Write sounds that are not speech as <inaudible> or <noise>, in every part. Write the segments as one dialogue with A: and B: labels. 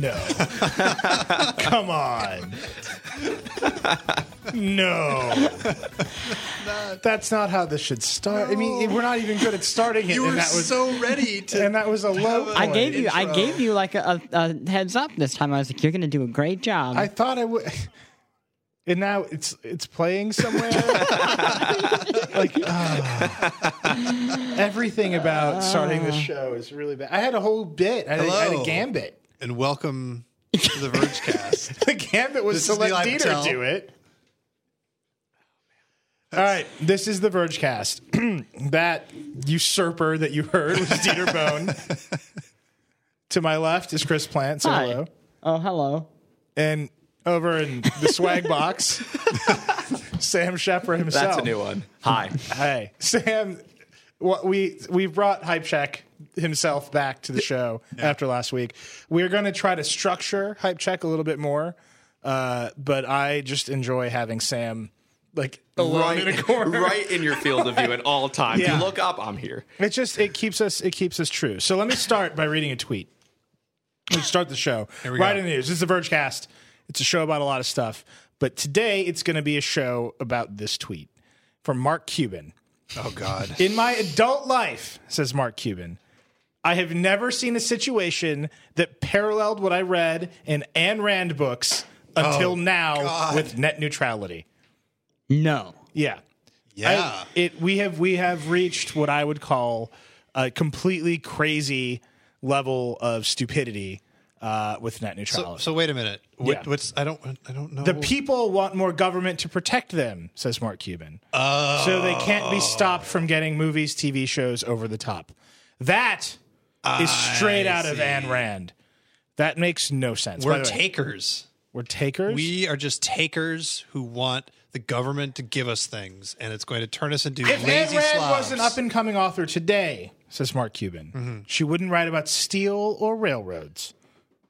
A: No. <laughs> Come on. No. That's not how this should start. I mean, we're not even good at starting it.
B: You
A: and
B: were
A: that was
B: so <laughs> ready to.
A: and that was a low.
B: I
A: Point.
C: I gave you, I
B: intro.
C: gave you like a, a, a heads up this time. I was like, "You're gonna do a great job."
A: I thought I would. And now it's it's playing somewhere. <laughs> like ah. everything about starting the show is really bad. I had a whole bit. I, had a- I had
B: Hello.
A: a gambit.
B: and welcome to the
D: <laughs>
B: Vergecast.
A: The gambit was
B: This
A: to
B: is
A: let
B: Eli
A: Dieter
B: Patel.
A: do it. All right, this is the Vergecast. <clears throat> that usurper that you heard was Dieter Bone. <laughs> to my left is Chris Plant. Say
C: Hi.
A: hello.
C: Oh, hello.
A: And over in the swag <laughs> box, Sam Shepard himself.
D: That's a new one. <laughs> Hi.
A: Hey, Sam. What we we brought Hype Check himself back to the show after last week. We're going to try to structure Hype Check a little bit more, uh, but I just enjoy having Sam like alone in a corner. <laughs>
D: right in your field of view
B: <laughs>
D: at all times.
A: Yeah.
D: You look up, I'm here.
A: It just it keeps us it keeps us true. So let me start by reading a tweet. Let's start the show.
B: we
A: right
B: go.
A: in the news. This is the Vergecast. It's a show about a lot of stuff, but today it's going to be a show about this tweet from Mark Cuban.
B: Oh God.
A: In my adult life, says Mark Cuban, I have never seen a situation that paralleled what I read in Ayn Rand books until now
B: Oh, God.
A: with net neutrality.
C: No.
A: Yeah. I-
B: Yeah.
A: it we have we have reached what I would call a completely crazy level of stupidity uh, with net
B: so,
A: neutrality.
B: Oh, so wait a minute. What,
A: Yeah.
B: What's I don't I don't know.
A: the people want more government to protect them, says Mark Cuban. So they can't be stopped from getting movies, TV shows over the top. That is straight out of Ayn Rand. That makes no sense. By
B: We're
A: the way,
B: takers.
A: we're takers.
B: We are just takers who want the government to give us things, and it's going to turn us into
A: If Ayn
B: lazy
A: Rand
B: slobs. Mm-hmm.
A: was an up and coming author today, says Mark Cuban, she wouldn't write about steel or railroads.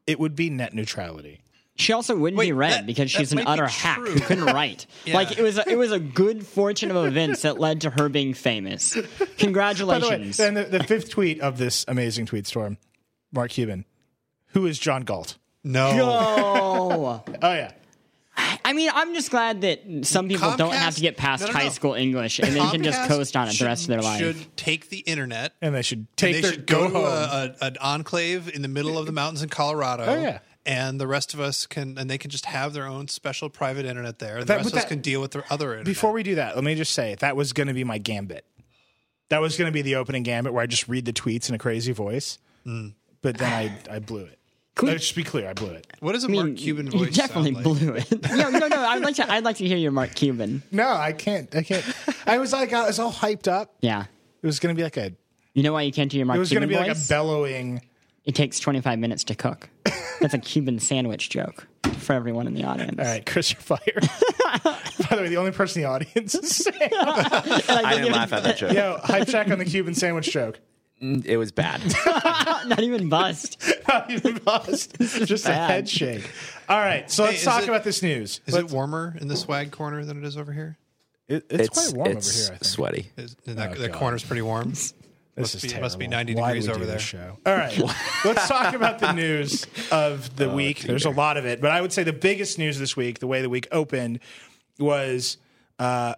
A: It would be net neutrality.
C: She also wouldn't
B: Wait,
C: be read
B: that-
C: because
B: that
C: she's an
B: might be
C: utter hack
B: true.
C: who couldn't
B: <laughs>
C: write. Like it was, a, it was a good fortune of events that led to her being famous.
A: By the way,
B: <laughs>
C: Congratulations.
A: and the, the fifth tweet of this amazing tweet storm, Mark Cuban, who is John Galt?
B: no.
C: Oh,
A: Oh yeah,
C: I mean, I'm just glad that some people don't have
B: Comcast-
C: to get past
B: no, no,
C: high
B: no.
C: school English and then can just
B: Comcast
C: coast on it the rest of their
B: should-
C: life.
B: Should take the internet.
A: and they should take
B: they
A: their
B: should
A: go,
B: go, to
A: home.
B: a, a, an enclave in the middle of the mountains in Colorado.
A: Oh, yeah.
B: And the rest of us can, and they can just have their own special private internet there. The
A: That-
B: rest
A: but
B: of us
A: that-
B: can deal with their other internet.
A: Before we do that, let me just say that was going to be my gambit. That was going to be the opening gambit where I just read the tweets in a crazy voice,
B: Mm.
A: but then I I blew it. Let's just be clear, I blew it.
B: what does a Mark Cuban
C: you
B: voice
C: definitely
B: sound like?
C: blew it. <laughs> no, no, no. I'd like to. I'd like to hear your Mark Cuban.
A: No, I can't. I can't. I was like, I was all hyped up.
C: Yeah.
A: It was going to be like a.
C: You know why you can't do your Mark
A: It was going to
C: Cuban
A: be like a
C: voice?
A: bellowing.
C: it takes 25 minutes to cook. That's a Cuban sandwich joke for everyone in the audience.
A: All
C: <laughs>
A: right, Chris, you're <laughs> fired. By the way, the only person in the audience is Sam. <laughs>
D: I didn't laugh at that joke.
A: Yo, hype check on the Cuban sandwich joke. <laughs>
D: It was <laughs> bad.
C: Not even bust.
A: Not even paused. Just a
C: bad.
A: head shake. All right, so let's
B: is
A: talk
B: it-
A: about this news.
B: Is it warmer in the swag corner than it is over here?
A: It- it's, quite warm over here. I think.
D: sweaty.
B: Is, that,
A: Oh,
B: that
A: God.
B: corner's
A: <laughs>
B: pretty warm.
A: This
B: Must
A: is
B: be- must be
A: terrible.
B: 90
A: Why do
B: degrees
A: we do
B: over
A: this
B: there.
A: Show? All right, <laughs> let's talk about the news of the week. There's a lot of it, but I would say the biggest news this week, the way the week opened, was uh,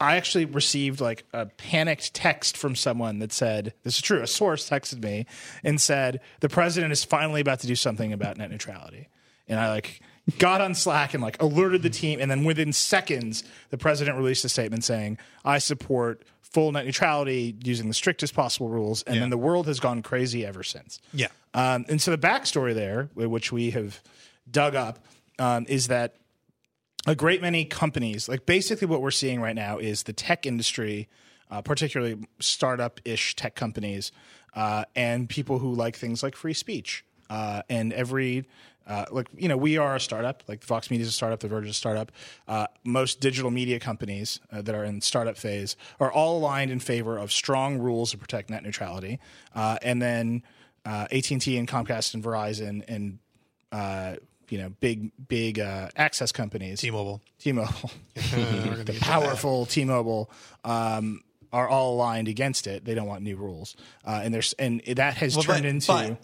A: I actually received like a panicked text from someone that said, "This is true." A source texted me and said, "The president is finally about to do something about net neutrality," and I like. Got on Slack and like alerted the team, and then within seconds, the president released a statement saying, "I support full net neutrality using the strictest possible rules," and then the world has gone crazy ever since.
B: Yeah.
A: Um, and so the backstory there, wh- which we have dug up, um, is that a great many companies, like basically what we're seeing right now is the tech industry, uh, particularly startup ish tech companies, uh, and people who like things like free speech. Uh, and every, uh, like, you know, we are a startup, like Fox Media is a startup, The Verge is a startup. Uh, most digital media companies uh, that are in startup phase are all aligned in favor of strong rules to protect net neutrality. Uh, and then uh, AT&T and Comcast and Verizon and uh, you know, big big uh, access companies,
B: T-Mobile. <laughs>
A: T-Mobile, <laughs> the powerful T-Mobile, um, are all aligned against it. They don't want new rules, uh, and there's and that has
B: Well, but-
A: turned into
B: but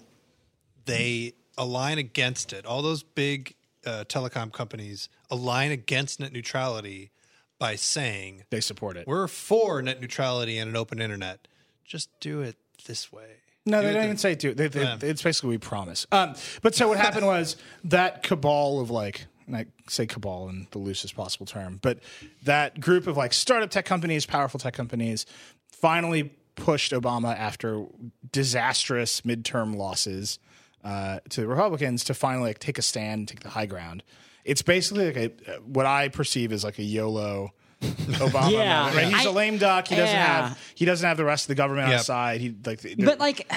B: they align against it. All those big uh, telecom companies align against net neutrality by saying
A: They support it.
B: we're for net neutrality and an open internet. Just do it this way.
A: No,
B: Do
A: they
B: it
A: don't
B: the-
A: even say do. They, they,
B: Yeah.
A: It's basically we promise. Um, but so what happened was <laughs> that cabal of like, and I say cabal in the loosest possible term, but that group of like startup tech companies, powerful tech companies, finally pushed Obama after disastrous midterm losses uh, to the Republicans to finally like take a stand, take the high ground. It's basically like a uh, what I perceive as like a YOLO. Obama,
C: <laughs> Yeah.
A: moment, right? he's
C: I-
A: a lame duck. He doesn't
C: Yeah.
A: have he doesn't have the rest of the government on
B: Yep.
A: his side. He like the-
C: But like,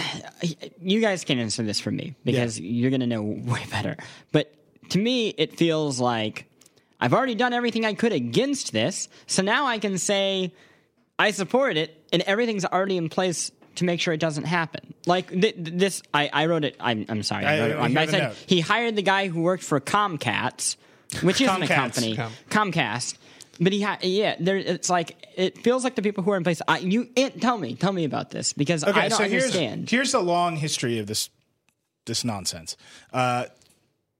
C: you guys can answer this for me because you're gonna know <laughs> way better. But to me, it feels like I've already done everything I could against this, so now I can say I support it, and everything's already in place to make sure it doesn't happen. Like th- th- this, I, I wrote it. I'm, I'm sorry, I
A: I-
C: wrote it
A: I
C: wrong.
A: have
C: but I
A: a
C: said
A: note.
C: he hired the guy who worked for Comcast, which isn't a
A: Comcast.
C: company.
B: Com-
C: Comcast. But he, ha- yeah, there, it's like it feels like the people who are in place. I, you, it, tell me, tell me about this because I don't understand.
A: Here's, here's the long history of this this nonsense. Uh,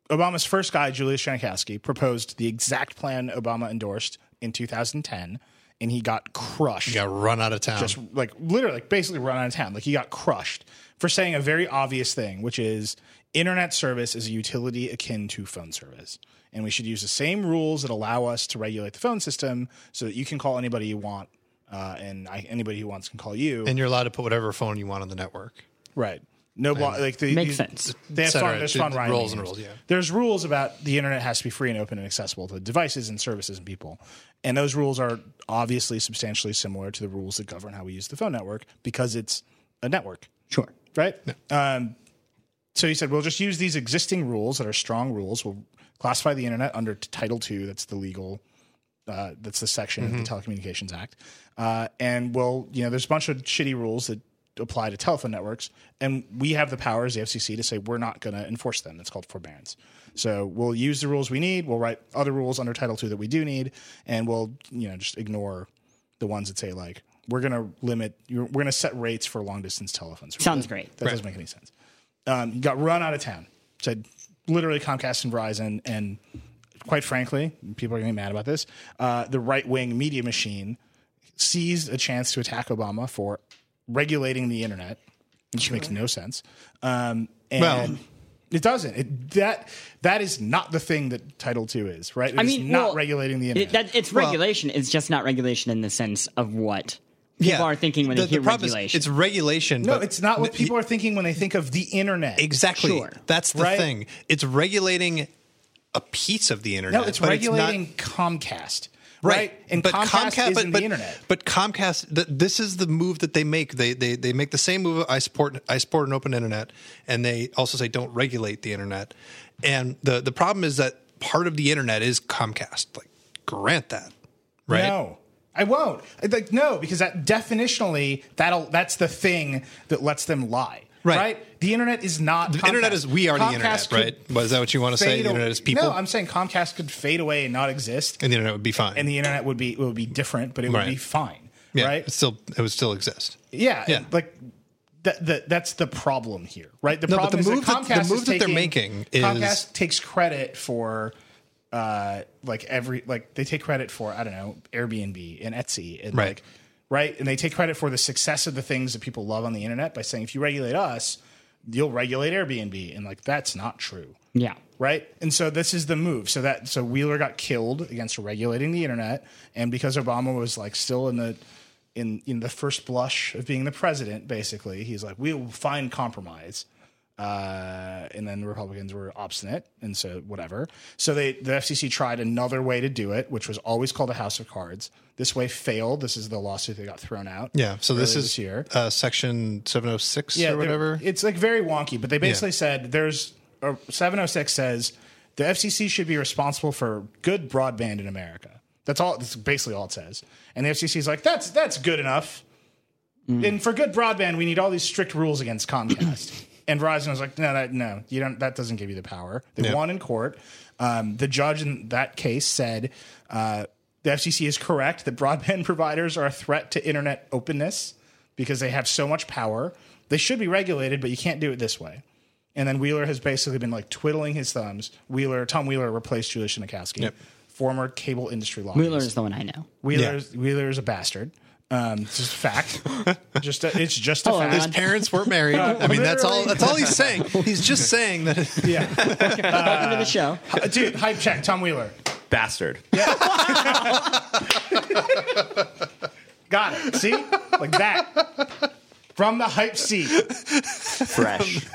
A: Obama's first guy, Julius Janikowski, proposed the exact plan Obama endorsed in 2010, and he got crushed.
B: Got run out of town.
A: Just like literally, like basically run out of town. Like he got crushed for saying a very obvious thing, which is internet service is a utility akin to phone service. And we should use the same rules that allow us to regulate the phone system so that you can call anybody you want. Uh, and I, anybody who wants can call you.
B: and you're allowed to put whatever phone you want on the network.
A: Right. No block. Like the,
C: Makes
A: these-
C: sense.
A: They have
B: Et cetera.
A: fun, there's
B: The-
A: fun
B: the
A: rhyming
B: rules and
A: games.
B: rules, yeah.
A: There's rules about the internet has to be free and open and accessible to devices and services and people, and those rules are obviously substantially similar to the rules that govern how we use the phone network because it's a network,
C: Sure.
A: right? Um, so he said, we'll just use these existing rules that are strong rules. We'll classify the internet under t- Title II. That's the legal uh, that's the section of the Telecommunications Act. Uh, and well, you know, there's a bunch of shitty rules that apply to telephone networks, and we have the powers, the FCC, to say we're not going to enforce them. It's called forbearance. So we'll use the rules we need. We'll write other rules under Title II that we do need, and we'll you know just ignore the ones that say like we're going to limit, you're, we're going to set rates for long distance telephones.
C: Sounds great.
A: That doesn't make any sense. Um, got run out of town. Said literally Comcast and Verizon, and quite frankly, people are going to be mad about this. Uh, the right wing media machine seized a chance to attack Obama for regulating the internet, which makes no sense. Um, and
B: Well-
A: it doesn't. It, that that is not the thing that Title II is. Right? It's
C: I mean,
A: not
C: well,
A: regulating the internet.
C: It, that, it's regulation. It's just not regulation in the sense of what people are thinking when
B: the,
C: they hear
B: the problem is
C: regulation.
B: it's regulation.
A: no,
B: but
A: it's not what
B: the-
A: people are thinking when they think of the internet.
B: Exactly.
C: Sure.
B: That's the
A: Right?
B: thing. It's regulating a piece of the internet.
A: No, it's
B: but not-
A: regulating Comcast. Right. And Comcast, is in the internet.
B: But Comcast, th- this is the move that they make. They they they make the same move. I support I support an open internet, and they also say don't regulate the internet. And the the problem is that part of the internet is Comcast. Like grant that, right?
A: No, I won't. I- Like no, because that definitionally that'll that's the thing that lets them lie.
B: Right.
A: The internet is not
B: The internet is we are the internet, right? Well, is that what you want to say? The internet is people,
A: No, I'm saying Comcast could fade away and not exist,
B: and the internet would be fine.
A: and the internet would be would be different, but it would
B: Right.
A: be fine.
B: yeah,
A: right?
B: it still it would still exist.
A: Yeah,
B: Yeah.
A: like that, that that's the problem here, right? The
B: No, but
A: problem
B: the
A: is
B: move
A: that
B: that-
A: Comcast
B: the move
A: is
B: that they're
A: taking-
B: making is-
A: Comcast takes credit for uh like every like they take credit for I don't know Airbnb and Etsy and
B: Right.
A: like right and they take credit for the success of the things that people love on the internet by saying if you regulate us you'll regulate Airbnb and like that's not true
C: yeah.
A: right? And so this is the move. So that so Wheeler got killed against regulating the internet, and because Obama was like still in the in in the first blush of being the president, basically, he's like, we'll find compromise. Uh, and then Republicans were obstinate, and so whatever. So they the FCC tried another way to do it, which was always called a house of cards. This way failed. This is the lawsuit that got thrown out.
B: Yeah. So this
A: earlier
B: is
A: this year
B: uh, section seven hundred six or
A: they're-
B: whatever.
A: It's like very wonky, but they basically
B: Yeah.
A: said there's uh, or 706 says the FCC should be responsible for good broadband in America. That's all. That's basically all it says. And the FCC is like, that's that's good enough.
B: Mm.
A: And for good broadband, we need all these strict rules against
B: <clears throat>
A: Comcast. and Verizon was like, no, that no, you don't. That doesn't give you the power. They
B: Yeah.
A: won in court. Um, the judge in that case said. Uh, the FCC is correct that broadband <laughs> providers are a threat to internet openness because they have so much power. They should be regulated, but you can't do it this way. and then Wheeler has basically been like twiddling his thumbs. Wheeler, Tom Wheeler replaced Julia Shinnikowski,
B: Yep.
A: former cable industry lobbyist.
C: Wheeler is the one I know.
A: Wheeler's Wheeler's a bastard. Um, it's just a fact.
B: <laughs>
A: just a, it's just a
C: Hello,
A: fact.
B: His parents weren't <laughs> married. I mean, that's all. That's all he's saying. He's just saying that.
A: Yeah,
C: Welcome to the show.
A: Uh, dude. Hype check. Tom Wheeler.
D: Bastard.
A: Got it. See, like that from the hype seat.
D: <laughs> <laughs> Fresh.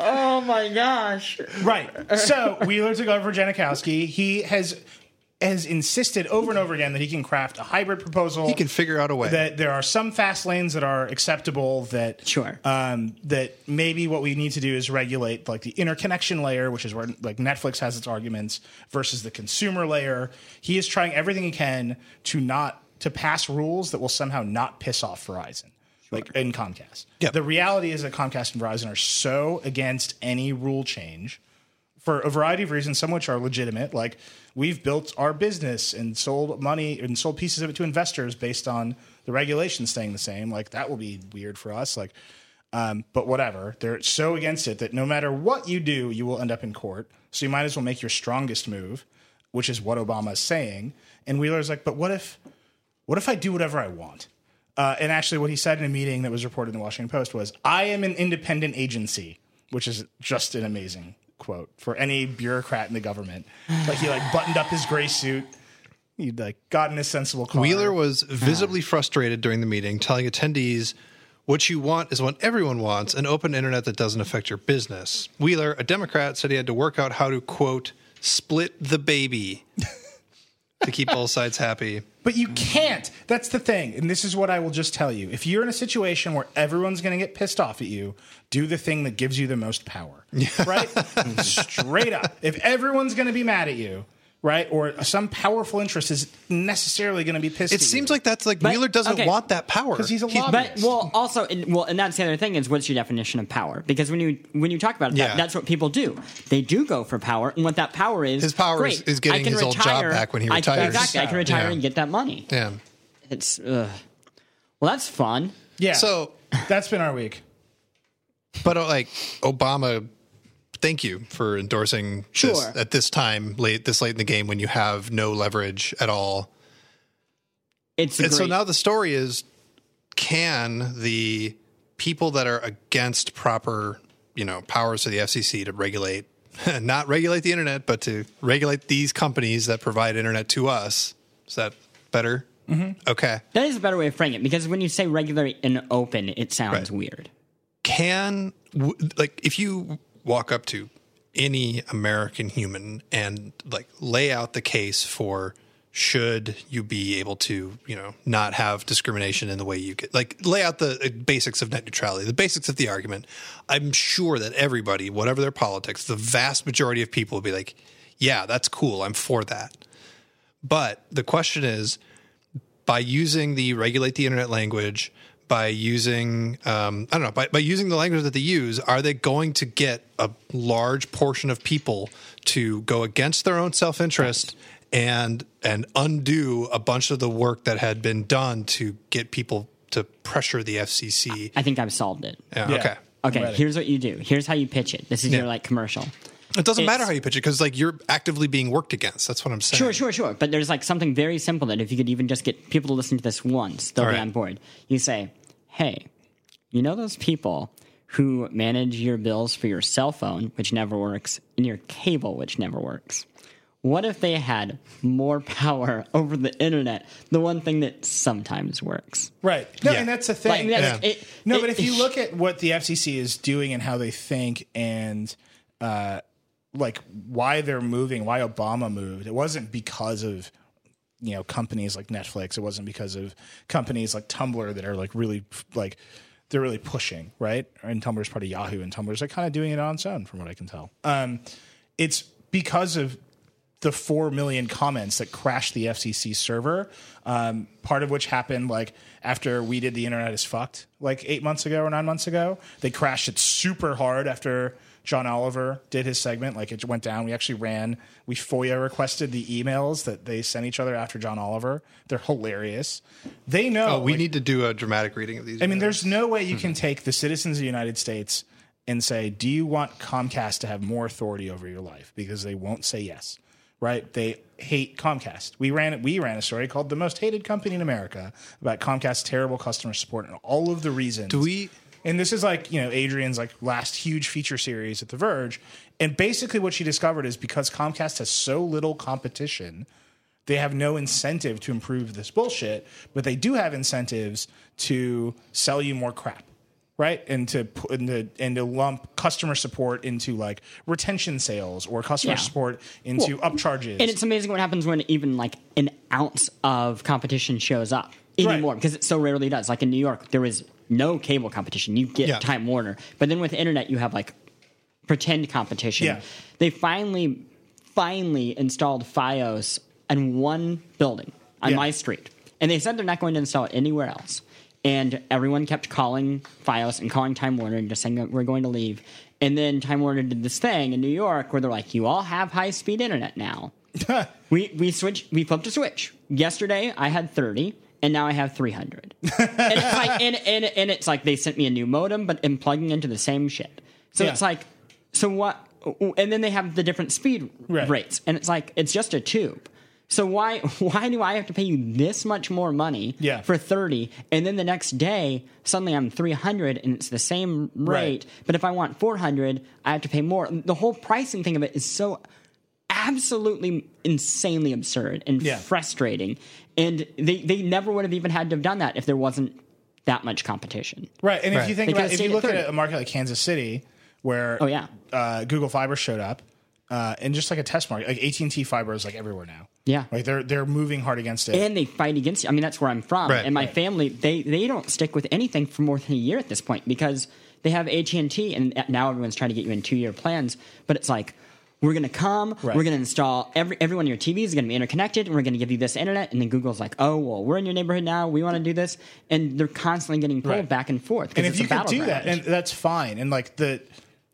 C: Oh my gosh.
A: Right. So Wheeler took over for Janikowski. He has has insisted over and over again that he can craft a hybrid proposal.
B: He can figure out a way.
A: that there are some fast lanes that are acceptable. That
C: Sure.
A: Um, that maybe what we need to do is regulate like the interconnection layer, which is where like Netflix has its arguments, versus the consumer layer. He is trying everything he can to not to pass rules that will somehow not piss off Verizon. Like and Comcast.
B: Yep.
A: The reality is that Comcast and Verizon are so against any rule change for a variety of reasons, some which are legitimate, like we've built our business and sold money and sold pieces of it to investors based on the regulations staying the same. Like that will be weird for us. Like, um, but whatever. They're so against it that no matter what you do, you will end up in court. So you might as well make your strongest move, which is what Obama is saying. And Wheeler's like, but what if, what if I do whatever I want? Uh, and actually, what he said in a meeting that was reported in the Washington Post was, I am an independent agency, which is just an amazing quote for any bureaucrat in the government. Like, he like buttoned up his gray suit. He'd like gotten a sensible car.
B: Wheeler was visibly frustrated during the meeting, telling attendees, What you want is what everyone wants an open internet that doesn't affect your business. Wheeler, a Democrat, said he had to work out how to, quote, split the <laughs> baby to keep both sides happy.
A: But you can't. That's the thing. And this is what I will just tell you. If you're in a situation where everyone's going to get pissed off at you, do the thing that gives you the most power. Right? Straight up. If everyone's going to be mad at you, right? Or some powerful interest is necessarily going to be pissed
B: It
A: at
B: seems
A: you.
B: like that's like Wheeler doesn't
C: okay.
B: want that power. Because
A: he's a lobbyist.
C: But well, also, and, well, and that's the other thing is what's your definition of power? Because when you when you talk about it, that-
B: Yeah.
C: that's what people do. They do go for power, and what that power is.
B: His power is-
C: great,
B: is getting
C: I can
B: his old job
C: retire-
B: back when he
C: I can-
B: retires.
C: exactly, I can retire
B: Yeah.
C: and get that money.
B: Yeah.
C: It's ugh. well, that's fun.
A: yeah.
B: So,
A: that's been our week.
B: but uh, like Obama, thank you for endorsing
C: Sure.
B: this at this time, late this late in the game when you have no leverage at all.
C: It's a
B: And so
C: great-
B: now the story is can the people that are against proper, you know, powers to the FCC to regulate <laughs> not regulate the internet, but to regulate these companies that provide internet to us. Is that better? Mm-hmm. Okay.
C: that is a better way of framing it because when you say regular and open, it sounds
B: Right.
C: weird.
B: Can w- like if you walk up to any American human and like lay out the case for should you be able to, you know, not have discrimination in the way you get like lay out the uh, basics of net neutrality, the basics of the argument. I'm sure that everybody, whatever their politics, the vast majority of people will be like, yeah, that's cool. I'm for that. But the question is by using the regulate the internet language, by using, um, I don't know, by, by using the language that they use, are they going to get a large portion of people to go against their own self interest? And and undo a bunch of the work that had been done to get people to pressure the FCC.
C: I think I've solved it.
B: Yeah,
A: Yeah.
B: Okay,
C: Okay,
A: Ready.
C: here's what you do. Here's how you pitch it. This is your
B: Yeah.
C: like commercial.
B: it doesn't matter
C: It's-
B: how you pitch it because like you're actively being worked against. That's what I'm saying.
C: Sure, sure, sure. But there's like something very simple that if you could even just get people to listen to this once, they'll
B: All
C: be
B: right.
C: on board. You say, "Hey, you know those people who manage your bills for your cell phone, which never works, and your cable, which never works? What if they had more <laughs> power over the internet, the one thing that sometimes works?"
A: Right. No,
B: Yeah.
A: and that's the thing.
C: Like, that's- Yeah. it-
A: no,
C: it-
A: but if you look at what the FCC is doing and how they think and uh, like why they're moving, why Obama moved, it wasn't because of you know companies like Netflix. It wasn't because of companies like Tumblr that are like really like they're really pushing right. And Tumblr's part of Yahoo, and Tumblr's like kind of doing it on its own, from what I can tell. Um, it's because of the four million comments that crashed the FCC server. Um, part of which happened like after we did the internet is fucked like eight months ago or nine months ago. They crashed it super hard after. John Oliver did his segment. Like it went down. We actually ran. We FOIA requested the emails that they sent each other after John Oliver. They're hilarious. They know.
B: Oh, we
A: like-
B: need to do a dramatic reading of these. Mm-hmm.
A: I mean, there's no way you can take the citizens of the United States and say, "Do you want Comcast to have more authority over your life?" Because they won't say yes. Right? They hate Comcast. We ran we ran a story called "The Most Hated Company in America" about Comcast's terrible customer support and all of the reasons.
B: Do we
A: And this is like, you know, Adrian's like last huge feature series at The Verge. And basically what she discovered is because Comcast has so little competition, they have no incentive to improve this bullshit, but they do have incentives to sell you more crap. Right and to pu- and to, and to lump customer support into like retention sales or customer
C: Yeah.
A: support into upcharges.
C: And it's amazing what happens when even like an ounce of competition shows up anymore
A: Right.
C: because it so rarely does. Like in New York, there is no cable competition. You get
B: Yeah.
C: Time Warner, but then with the internet, you have like pretend competition.
A: Yeah.
C: They finally, finally installed FiOS in one building on
A: Yeah.
C: my street, and they said they're not going to install it anywhere else. And everyone kept calling FiOS and calling Time Warner and just saying we're going to leave. And then Time Warner did this thing in New York where they're like, "You all have high speed internet now." We we switch we flipped a switch. Yesterday I had thirty and now I have three
A: <laughs>
C: hundred. and it's like and, and and it's like they sent me a new modem, but I'm plugging into the same shit. So
A: Yeah.
C: it's like so what and then they have the different speed
A: Right.
C: rates. And it's like it's just a tube. So why <laughs> why do I have to pay you this much more money
A: Yeah.
C: for thirty and then the next day suddenly I'm three hundred and it's the same rate,
A: Right.
C: but if I want four hundred, I have to pay more. The whole pricing thing of it is so absolutely insanely absurd and
A: Yeah.
C: frustrating. And they, they never would have even had to have done that if there wasn't that much competition.
A: Right, and if
B: Right.
A: you
C: They
A: think
C: could've
A: about if
C: stayed
A: you
C: at
A: look at
C: 30.
A: a market like Kansas City, where
C: Oh, yeah.
A: uh, Google Fiber showed up, uh, and just like a test market, like AT and T Fiber is like everywhere now.
C: Yeah.
A: like they're they're moving hard against it.
C: And they fight against it. I mean, that's where I'm from.
B: Right,
C: and my
B: right.
C: family, they, they don't stick with anything for more than a year at this point because they have AT&T and now everyone's trying to get you in two-year plans. But it's like, we're going to come,
A: Right.
C: we're going to install, every, every one of your TVs is going to be interconnected and we're going to give you this internet. And then Google's like, oh, well, we're in your neighborhood now. We want to do this. And they're constantly getting pulled
A: Right.
C: back and forth. 'cause
A: and if
C: it's
A: you
C: a
A: can do that,
C: battleground.
A: and that's fine. And like the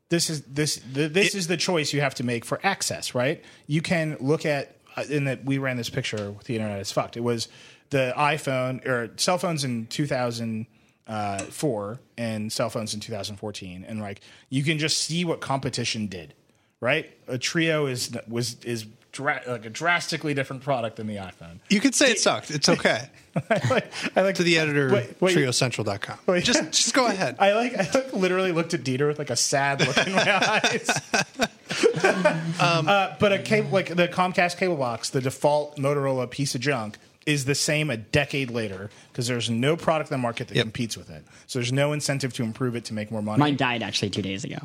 A: this is this the, this is the choice you have to make for access. Right, you can look at uh, in that we ran this picture with the internet is fucked. It was the iPhone or cell phones in two thousand uh, four and cell phones in 2014 and like you can just see what competition did right a trio is was is dra- like a drastically different product than the iphone <laughs>
B: you could say it sucked. It's okay.
A: I like, I like
B: to the editor
A: Wait, wait.
B: triocentral.com.
A: Wait.
B: Just just go ahead.
A: I like I like literally looked at Dieter with like a sad look in my eyes. uh, but a cable like the Comcast cable box, the default Motorola piece of junk, is the same a decade later because there's no product in the market that
B: Yep.
A: competes with it. So there's no incentive to improve it to make more money.
C: Mine died actually two
B: <laughs>
C: days ago.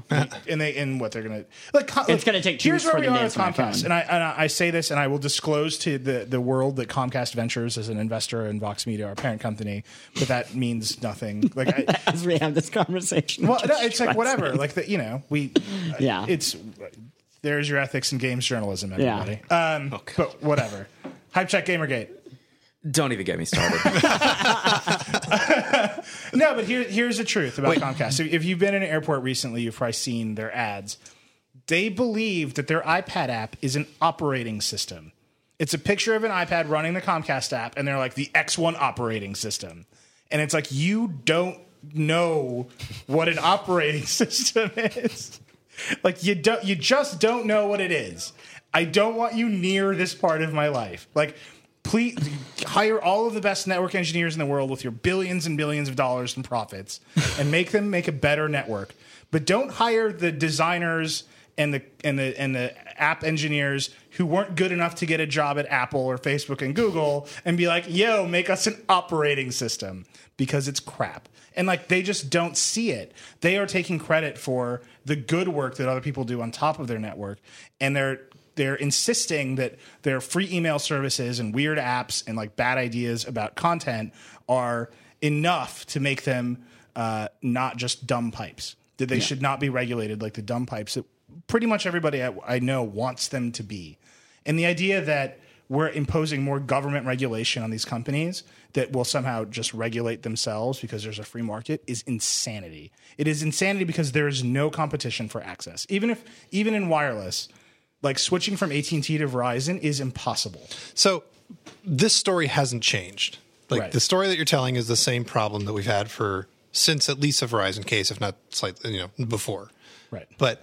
A: and they and what they're gonna like. co-
C: It's
A: like,
C: gonna take two
A: Here's where we
C: freaking
A: are
C: days
A: with
C: for my
A: Comcast,
C: phone.
A: and I and I I say this, and I will disclose to the the world that Comcast Ventures is an investor in Vox Media, our parent company, but that means nothing. Like. I,
C: As we have this conversation, <laughs>
A: Well,
C: which
A: no,
C: is
A: it's like whatever.
C: stressing.
A: Like the, you know, we.
C: <laughs> Yeah.
A: It's there's your ethics in games journalism,
C: Yeah.
A: everybody. Um,
D: Oh,
A: but whatever. Hype check Gamergate.
D: Don't even get me started. <laughs>
A: No, but here, here's the truth about Comcast. If, if you've been in an airport recently, you've probably seen their ads. They believe that their iPad app is an operating system. It's a picture of an iPad running the Comcast app, and they're like the X1 operating system. And it's like, you don't know what an operating <laughs> system is. Like you don't you just don't know what it is. I don't want you near this part of my life. Like please hire all of the best network engineers in the world with your billions and billions of dollars in profits and make them make a better network. But don't hire the designers and the and the and the app engineers who weren't good enough to get a job at Apple or Facebook and Google and be like, "Yo, make us an operating system because it's crap." and like they just don't see it. They are taking credit for the good work that other people do on top of their network, and they're they're insisting that their free email services and weird apps and like bad ideas about content are enough to make them uh, not just dumb pipes. That they should not be regulated like the dumb pipes that pretty much everybody I, I know wants them to be. And the idea that we're imposing more government regulation on these companies that will somehow just regulate themselves because there's a free market is insanity. It is insanity because there is no competition for access. Even if even in wireless, like switching from AT&T to Verizon is impossible.
B: So this story hasn't changed. Like
A: Right.
B: the story that you're telling is the same problem that we've had for since at least the Verizon case, if not slightly, you know, before.
A: Right.
B: But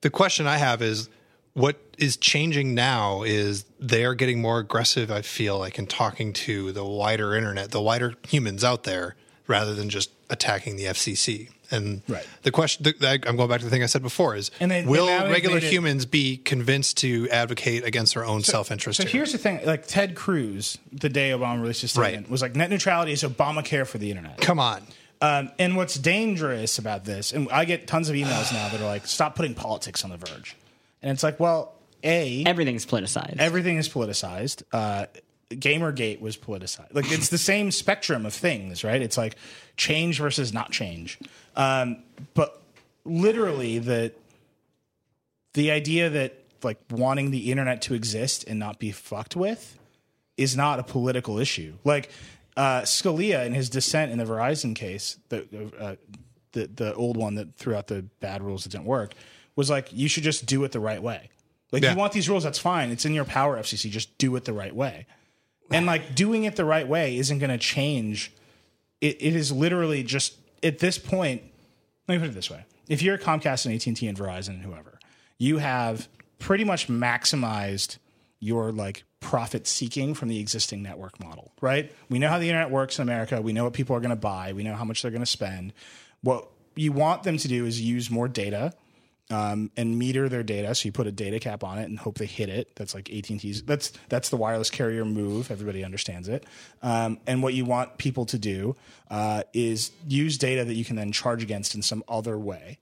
B: the question I have is what is changing now is they are getting more aggressive, I feel like, in talking to the wider internet, the wider humans out there, rather than just attacking the FCC. And
A: Right.
B: the question, the, I- I'm going back to the thing I said before is
A: And they- they
B: will
A: now have
B: regular
A: made it-
B: humans be convinced to advocate against their own self interest?
A: So here's the thing: like Ted Cruz, the day Obama released his statement,
B: Right.
A: was like net neutrality is Obamacare for the internet.
B: Come on.
A: Um, and what's dangerous about this, and I get tons of emails now that are like, "Stop putting politics on the verge," and it's like, well, a
C: Everything's politicized.
A: everything is politicized. Uh, Gamergate was politicized. Like it's the same spectrum of things, right? It's like change versus not change. Um, but literally, the the idea that like wanting the internet to exist and not be fucked with is not a political issue. Like uh, Scalia in his dissent in the Verizon case, the uh, the the old one that threw out the bad rules that didn't work, was like you should just do it the right way. Like
B: Yeah.
A: you want these rules, that's fine. It's in your power, FCC. Just do it the right way. And like doing it the right way isn't going to change. It, it is literally just at this point. Let me put it this way: if you're Comcast and AT and T and Verizon and whoever, you have pretty much maximized your like profit seeking from the existing network model, right? We know how the internet works in America. We know what people are going to buy. We know how much they're going to spend. What you want them to do is use more data um, and meter their data. So you put a data cap on it and hope they hit it. That's like AT and T's. That's that's the wireless carrier move. Everybody understands it. Um, and what you want people to do uh, is use data that you can then charge against in some other way,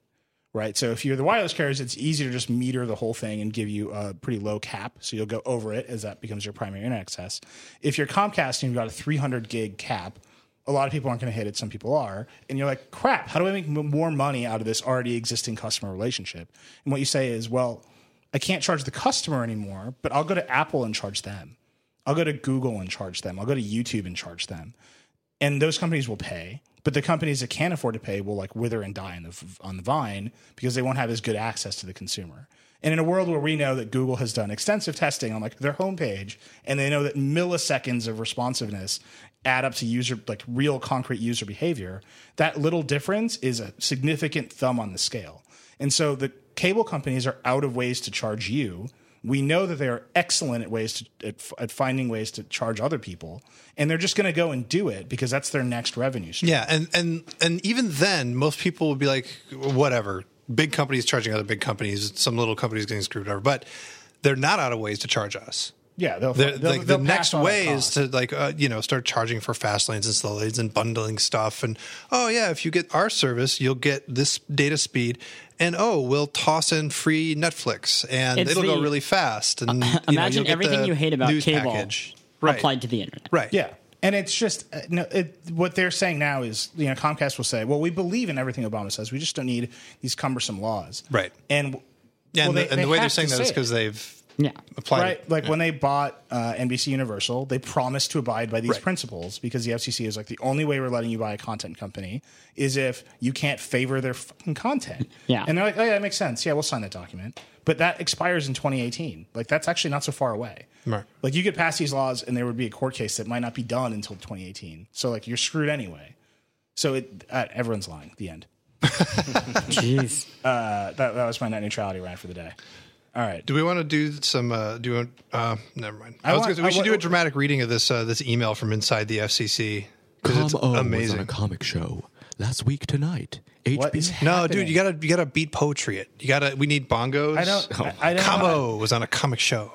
A: right? So if you're the wireless carriers, it's easy to just meter the whole thing and give you a pretty low cap. So you'll go over it as that becomes your primary internet access. If you're Comcast and you've got a 300 gig cap. A lot of people aren't going to hit it. Some people are, and you're like, "Crap! How do I make m- more money out of this already existing customer relationship?" And what you say is, "Well, I can't charge the customer anymore, but I'll go to Apple and charge them. I'll go to Google and charge them. I'll go to YouTube and charge them." and those companies will pay but the companies that can't afford to pay will like wither and die on the, on the vine because they won't have as good access to the consumer and in a world where we know that google has done extensive testing on like their homepage and they know that milliseconds of responsiveness add up to user like real concrete user behavior that little difference is a significant thumb on the scale and so the cable companies are out of ways to charge you. We know that they are excellent at ways to, at, f- at finding ways to charge other people, and they're just going to go and do it because that's their next revenue stream.
B: Yeah, and and and even then, most people would be like, whatever. Big companies charging other big companies, some little companies getting screwed over, but they're not out of ways to charge us.
A: Yeah, they'll,
B: They're,
A: they'll-
B: like
A: they'll
B: the
A: pass
B: next
A: on the
B: way is
A: cost.
B: to like uh, you know start charging for fast lanes and slow lanes and bundling stuff and oh yeah if you get our service you'll get this data speed and oh we'll toss in free Netflix and
C: It's
B: it'll go
C: the- uh,
B: really fast and you know,
C: Imagine
B: you'll get
C: everything
B: the
C: you hate about
B: news
C: cable
B: package. right
C: applied to the internet.
B: right
A: Yeah. And it's just uh, no. It, what they're saying now is, you know, Comcast will say, "Well, we believe in everything Obama says. We just don't need these cumbersome laws."
B: Right.
A: And well,
B: yeah and,
A: they-
B: the, and
A: they
B: the way they're
A: have to
B: saying that
A: say
B: is
A: it.
B: because they've
C: Yeah.
B: applied it.
A: right? Like when they bought uh, NBC Universal, they promised to abide by these
B: Right.
A: principles because the FCC is like the only way we're letting you buy a content company is if you can't favor their fucking content.
B: <laughs>
C: Yeah.
A: and they're like, oh yeah, that makes sense. Yeah, we'll sign that document, but that expires in 2018. Like that's actually not so far away.
B: Right.
A: Like you could pass these laws, and there would be a court case that might not be done until 2018. So like you're screwed anyway. So it uh, everyone's lying. The
B: <laughs>
A: end. <laughs>
C: Jeez.
A: Uh, that, that was my net neutrality rant for the day. All right.
B: Do we want to do some? Uh, do you want, uh, never mind. I, was
A: want-
B: gonna say, we
A: I
B: should
A: want-
B: do a dramatic reading of this uh, this email from inside the FCC because it's
E: Tom O
A: Oh,
E: was on a
B: amazing.
E: comic show last week tonight.
A: What is
E: HBO
B: No,
A: happening?
B: dude, you gotta you gotta beat poetry. It you gotta. We need bongos.
A: I don't. I, I don't wanna-
B: Camo was on a
A: <laughs>
B: comic show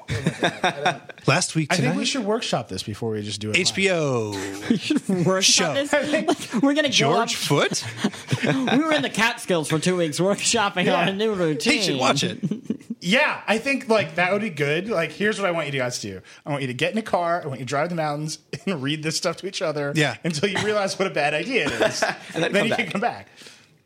B: last week.
A: I
B: Tonight,
A: think we should workshop this before we just do it. live.
B: HBO
C: <laughs> Workshop
B: Show.
C: this? <laughs> We're gonna go up.
B: George Foot.
C: We were in the Catskills for two weeks workshopping
A: Yeah.
C: on a new routine.
B: He should watch
D: <laughs>
B: it.
A: Yeah, I think like that would be good. Like, here's what I want you guys to do. I want you to get in a car. I want you to drive to the mountains <laughs> and read this stuff to each other.
B: Yeah.
A: Until you realize what a bad idea it is, <laughs> and then,
D: come
A: you
D: back.
A: can come back.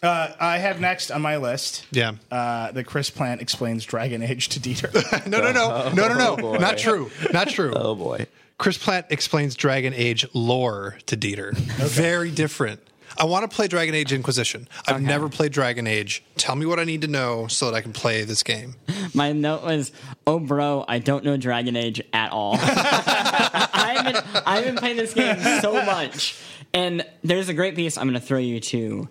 A: Uh, I have next on my list.
B: Yeah.
A: Uh, the Chris Plant explains Dragon Age to Dieter. <laughs>
B: No, no, no, no, no, no.
D: Oh, boy.
B: Not true. Not true.
D: <laughs> Oh boy.
B: Chris Platt explains Dragon Age lore to Dieter. Very different. I want to play Dragon Age Inquisition. I've never played Dragon Age. Tell me what I need to know so that I can play this game.
C: My note was, "Oh, bro, I don't know Dragon Age at all. I <laughs> I've been, I've been playing this game so much. And there's a great piece I'm going to throw you to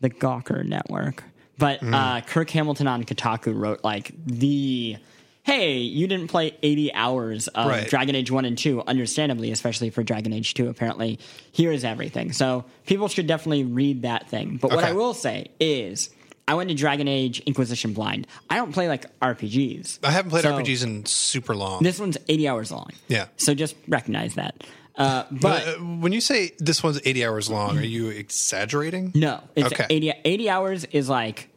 C: the Gawker Network. But uh, Kirk Hamilton on Kotaku wrote like the hey, you didn't play 80 hours of
B: Right.
C: Dragon Age 1 and 2, understandably, especially for Dragon Age 2, apparently. Here is everything. So people should definitely read that thing. But what
B: Okay.
C: I will say is. I went to Dragon Age Inquisition blind. I don't play like RPGs.
B: I haven't played
C: So-
B: RPGs in super long.
C: this one's 80 hours long.
B: Yeah.
C: So just recognize that. Uh, but
B: <laughs> Uh, when you say this one's 80 hours long, are you exaggerating?
C: no, it's
B: Okay.
C: 80, 80 hours is like,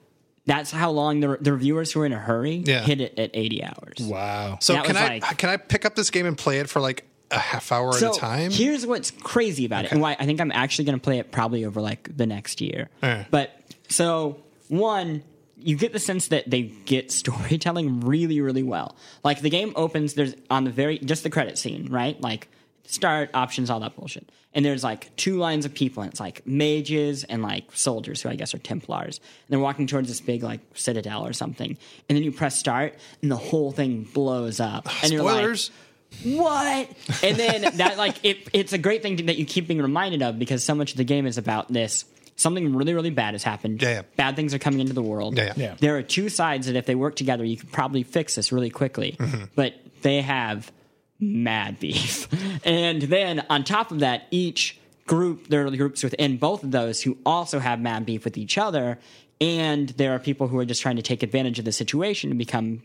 C: that's how long the, the reviewers who are in a hurry
B: Yeah.
C: hit it at 80 hours.
A: Wow.
B: So
C: That
B: can
C: was
B: I
C: like-
B: can I pick up this game and play it for like a half hour
C: So
B: at a time?
C: here's what's crazy about it, and why I think I'm actually going to play it probably over like the next year.
B: Alright.
C: But so one, you get the sense that they get <laughs> storytelling really, really well. Like the game opens, there's on the very just the credit scene, right? Like start options, all that bullshit, and there's like two lines of people, and it's like mages and like soldiers who I guess are Templars, and they're walking towards this big like citadel or something, and then you press start, and the whole thing blows up, and you're like
B: Spoilers.
C: what? And then that like it, it's a great thing that you keep being reminded of because so much of the game is about this. Something really, really bad has happened.
B: Yeah, yeah.
C: Bad things are coming into the world.
B: Yeah, yeah. Yeah.
C: There are two sides that if they work together, you could probably fix this really quickly.
B: Mm-hmm.
C: But they have mad beef. <laughs> and then on top of that, each group, there are groups within both of those who also have mad beef with each other. And there are people who are just trying to take advantage of the situation to become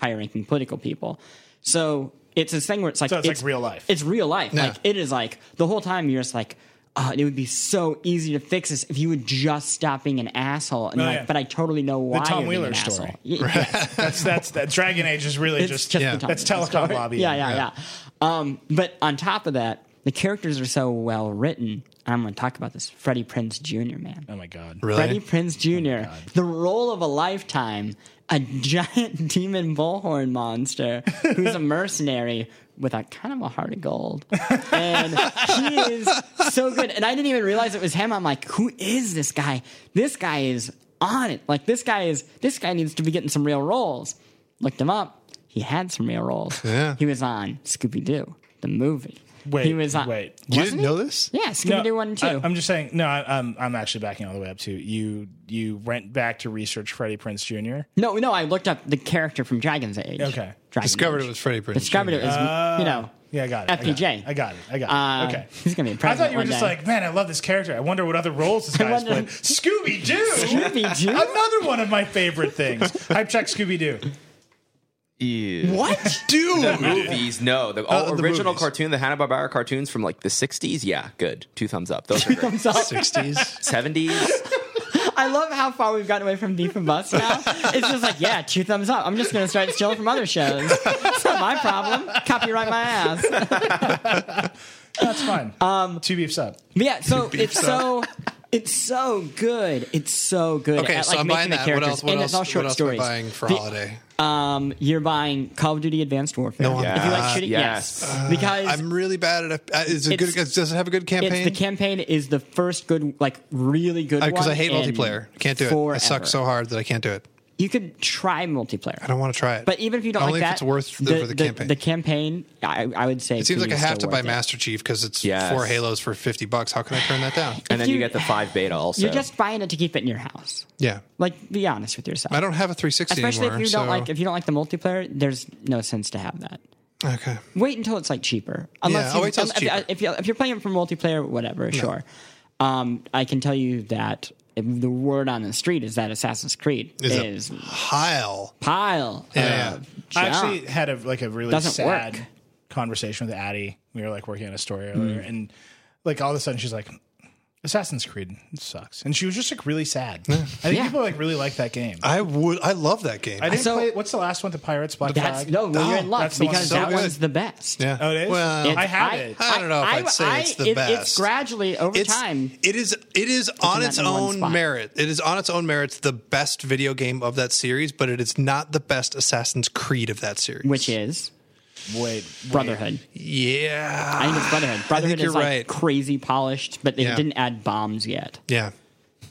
C: higher ranking political people. So it's this thing where it's like
A: So it's like real life.
C: It's real life.
B: Yeah.
C: Like it is like the whole time you're just like, oh, it would be so easy to fix this if you would just stop being an asshole. And
A: Oh,
C: you're like,
A: yeah.
C: but I totally know why.
A: Tom
C: you're being
A: Wheeler
C: an
A: story.
C: asshole." Y- yes.
A: That's that's that Dragon Age is really
C: It's
A: just,
C: just
B: yeah.
C: the Tom
A: that's
C: Wheeler
A: telecom lobby.
C: yeah, yeah, yeah. Um, but on top of that, the characters are so well written. I'm going to talk about this Freddie Prinz Jr. Man,
A: Oh my god.
B: Really?
C: Freddie Prinz Jr. the role of a lifetime, a giant <laughs> demon bullhorn monster who's a mercenary with a kind of a heart of gold, and he is so good. And I didn't even realize it was him. I'm like, who is this guy? This guy is on it. Like this guy is. This guy needs to be getting some real roles. Looked him up. He had some real roles.
B: Yeah.
C: He was on Scooby Doo, the movie.
A: Wait,
C: he was on.
A: wait.
B: You didn't know this?
C: Yeah, Scooby Doo one and two.
A: I, am just saying. No, I, I'm I'm actually backing all the way up to you. You went back to research Freddie Prince Jr.
C: No, no, I looked up the character from Dragon's Age.
A: Okay.
C: Dragon
B: Discovered
C: Age.
B: it was Freddie Prinze.
C: Discovered it was, you know.
A: Yeah, I got it. I got
C: FPJ.
A: it. I got it. I got it.
C: Uh,
A: okay.
C: he's gonna be a
A: I thought
C: president
A: you were
C: one
A: just
C: day. <laughs>
A: like, man, I love this character. I wonder what other roles this guy's
C: wonder- <laughs>
A: played. Scooby Doo.
C: Scooby-Doo?
A: Another one of my favorite things. I've checked Scooby Doo.
D: Ew.
C: What?
D: The
C: <laughs>
D: movies, no. The all
B: the
D: original
B: movies.
D: cartoon, the Hanna Barbera cartoons from like the '60s. Yeah, good. Two thumbs up. Those are great.
A: <laughs>
C: Thumbs up.
B: Sixties.
D: '70s.
C: I love how far we've gotten away from Deep and Bust now. It's just like, yeah, two thumbs up. I'm just going to start stealing from other shows. It's not my problem. Copyright my ass. But
A: That's fine. Um, Two beefs up.
C: yeah, so it's so. It's so good. It's so good.
B: Okay,
C: at,
B: so
C: like,
B: I'm
C: making
B: buying
C: the
B: that. What
C: characters,
B: else? What
C: and
B: else?
C: it's all short
B: what else am I
C: stories.
B: buying for
C: The-
B: holiday?
C: Um, you're buying Call of Duty: Advanced Warfare.
B: No, I'm
C: if you like
B: not.
C: shooting,
D: Yes.
C: yes, because
B: I'm really bad at. A, uh, is it good?
C: It's-
B: Does it have a good campaign?
C: It's the campaign is the first good, like really good.
B: Because I
C: one
B: hate
C: in
B: multiplayer. Can't do it. I suck
C: forever.
B: so hard that I can't do it.
C: You could try multiplayer.
B: I don't want to try it.
C: But even if you don't
B: only
C: like
B: if
C: that,
B: it's worth the, for the, campaign.
C: The campaign, I, I would say,
B: it seems like I have to buy
C: master.
B: Master Chief because it's
D: Yes.
B: four Halos for fifty bucks. How can I turn that down?
D: and then you,
C: you-
D: get the five beta also.
C: You're just buying it to keep it in your house.
B: yeah,
C: Like, be honest with yourself.
B: I don't have a three sixty
C: Especially
B: anymore.
C: if you don't
B: so-
C: like if you don't like the multiplayer, there's no sense to have that.
B: okay,
C: Wait until it's like cheaper. Unless
B: I'll
C: you,
B: wait till it's
C: if,
B: cheaper.
C: If, you, if you're playing it for multiplayer, whatever, sure. Um, I can tell you that the word on the street is that Assassin's Creed
B: Is a-
C: is
B: pile.
C: pile.
B: Yeah.
C: of
A: I
C: junk.
A: actually had a like a really
C: Doesn't
A: sad
C: work. Hmm.
A: conversation with Addie. We were like working on a story earlier, and like all of a sudden she's like, "Assassin's Creed sucks," and she was just like really sad. I think
C: Yeah.
A: people like really like that game. I,
B: I would. I love that game.
A: didn't
C: So-
A: play. What's the last one? The Pirates Black
C: that's
A: Flag?
C: no, well, you're
B: Oh,
C: in luck
A: that's the one
C: because
B: so
C: that
B: good.
C: one's the best.
B: yeah.
A: Oh, it is?
B: Well,
A: I have it.
B: I don't know if I'd say it's the
C: it- It's
B: best.
C: gradually over
B: it's,
C: time.
B: It is. It is on
C: that
B: its
C: in one
B: own
C: spot.
B: merit. It is on its own merits the best video game of that series, but it is not the best Assassin's Creed of that series.
C: which is
A: Wait,
C: Brotherhood.
B: yeah,
C: I think it's Brotherhood. Brotherhood
B: you're
C: is like
B: right.
C: crazy polished, but they
B: Yeah.
C: didn't add bombs yet.
B: yeah.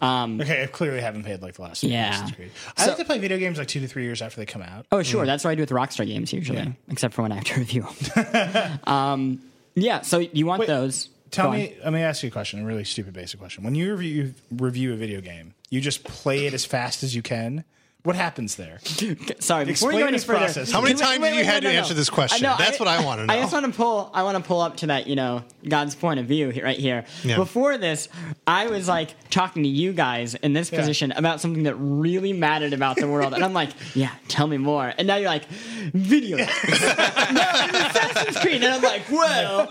A: okay, I clearly haven't played like the last.
C: Yeah.
A: Assassin's Creed. I like to play video games like two to three years after they come out. <laughs>
C: <laughs> Oh, sure. That's what I do with Rockstar games usually, except for when I have to review them. um, Yeah, so you want
A: Wait,
C: those.
A: Tell
C: Go on.
A: me, let me ask you a question, a really stupid basic question. When you review, review a video game, you just play it as fast as you can. What happens there? <laughs>
C: Sorry, before we
A: Explain
C: go any
A: this
C: further,
A: process. How
B: many
C: Wait,
B: times
C: wait,
B: have
C: wait,
B: you had
C: no,
B: to
C: no,
B: answer
C: no.
B: this question? That's what I wanna
C: I just
B: know.
C: want to pull. I want to pull up to that. You know, God's point of view he- right here.
B: Yeah.
C: Before this, I was like talking to you guys in this position about something that really mattered about the world, and I'm like, <laughs> yeah, tell me more. And now you're like, video. games." <laughs> no, it's Assassin's Creed, and I'm like, well,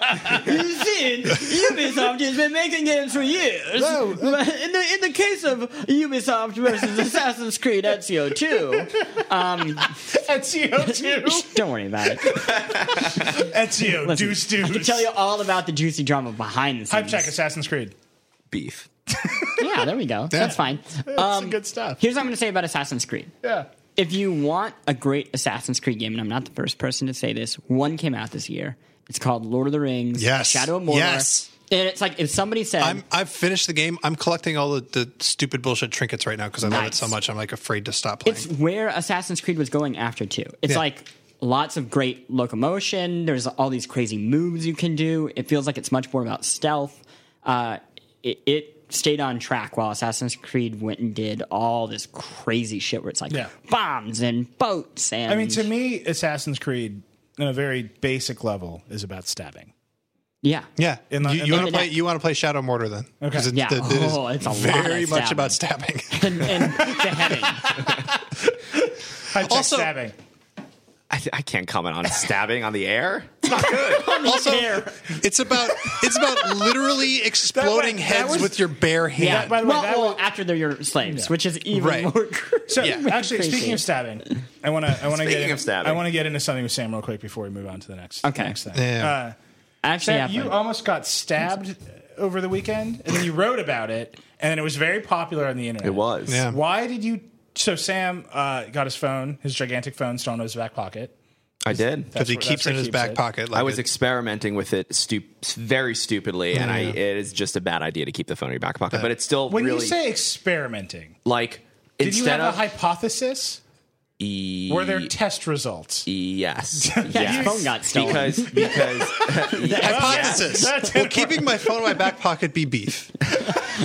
C: you see, Ubisoft has been making games for years.
A: No,
C: But <laughs> in the in the case of Ubisoft versus Assassin's Creed Ezio 2,
A: Ezio two,
C: Shh, Don't worry about it.
A: Ezio
C: Listen,
A: <laughs> Deuce
C: I can
A: Deuce.
C: tell you all about the juicy drama behind the scenes.
A: Type check Assassin's Creed.
D: Beef.
C: Yeah, there we go. That's fine.
A: That's
C: Um,
A: some good stuff.
C: here's what I'm going to say about Assassin's Creed.
A: Yeah.
C: If you want a great Assassin's Creed game, and I'm not the first person to say this, one came out this year. It's called Lord of the Rings:
B: Yes.
C: Shadow of Mordor.
B: Yes.
C: And it's like if somebody said,
B: I'm, I've finished the game. I'm collecting all the, the stupid bullshit trinkets right now because I love it
C: Nice.
B: so much. I'm like afraid to stop playing.
C: it's where Assassin's Creed was going after too. It's
B: Yeah.
C: like lots of great locomotion. There's all these crazy moves you can do. It feels like it's much more about stealth. Uh, it, it stayed on track while Assassin's Creed went and did all this crazy shit where it's like
A: Yeah.
C: bombs and boats and
A: I mean, to me, Assassin's Creed, on a very basic level, is about stabbing.
C: yeah
B: yeah,
A: In the-
B: you,
A: in
B: you
A: the-
B: want to play? You want to play Shadow Mortar then? Because
C: Yeah. Oh, it's a lot of
B: very much about stabbing.
C: <laughs> and,
A: <laughs>
C: and beheading.
A: Type check
B: Also-
C: <laughs>
A: stabbing.
D: I, th- I can't comment on stabbing on the air. It's not good.
B: also, it's about it's about literally
A: went- <laughs>
B: exploding
A: that
B: heads
A: was-
B: with your bare
C: Yeah.
B: hand.
A: by the way,
C: well,
A: that
C: well,
A: was-
C: after they're your slaves, which is even
B: Right.
C: more. crazy.
A: So
B: Yeah.
A: actually,
C: Crazy.
A: speaking of stabbing, I want to I want to get
D: Speaking
A: in-
D: of stabbing.
A: I want to get into something with Sam real quick before we move on to the next
C: Okay.
A: next thing.
B: Yeah.
A: Uh,
C: Actually,
A: Sam, you
C: happened.
A: almost got stabbed uh, over the weekend, and then you wrote about it, and then it was very popular on the internet.
D: It was.
B: Yeah.
A: Why did you? So Sam uh, got his phone, his gigantic phone, still in his back pocket.
D: I did.
B: Because he
A: That's
B: keeps
A: where
B: it in his
A: he keeps
B: back
A: it.
B: pocket. Like
D: I was
B: a-
D: experimenting with it stu- very stupidly, and I, it is just a bad idea to keep the phone in your back pocket. But it's still
A: When
D: really
A: you say experimenting,
D: like
A: did you
D: instead
A: have a
D: of
A: hypothesis? <laughs>
D: E-
A: Were there test results?
D: yes,
C: yeah, his
D: yes.
C: phone got stolen.
D: because
A: <laughs>
D: because
B: hypothesis.
A: That's
B: Will keeping my phone in my back pocket be beef?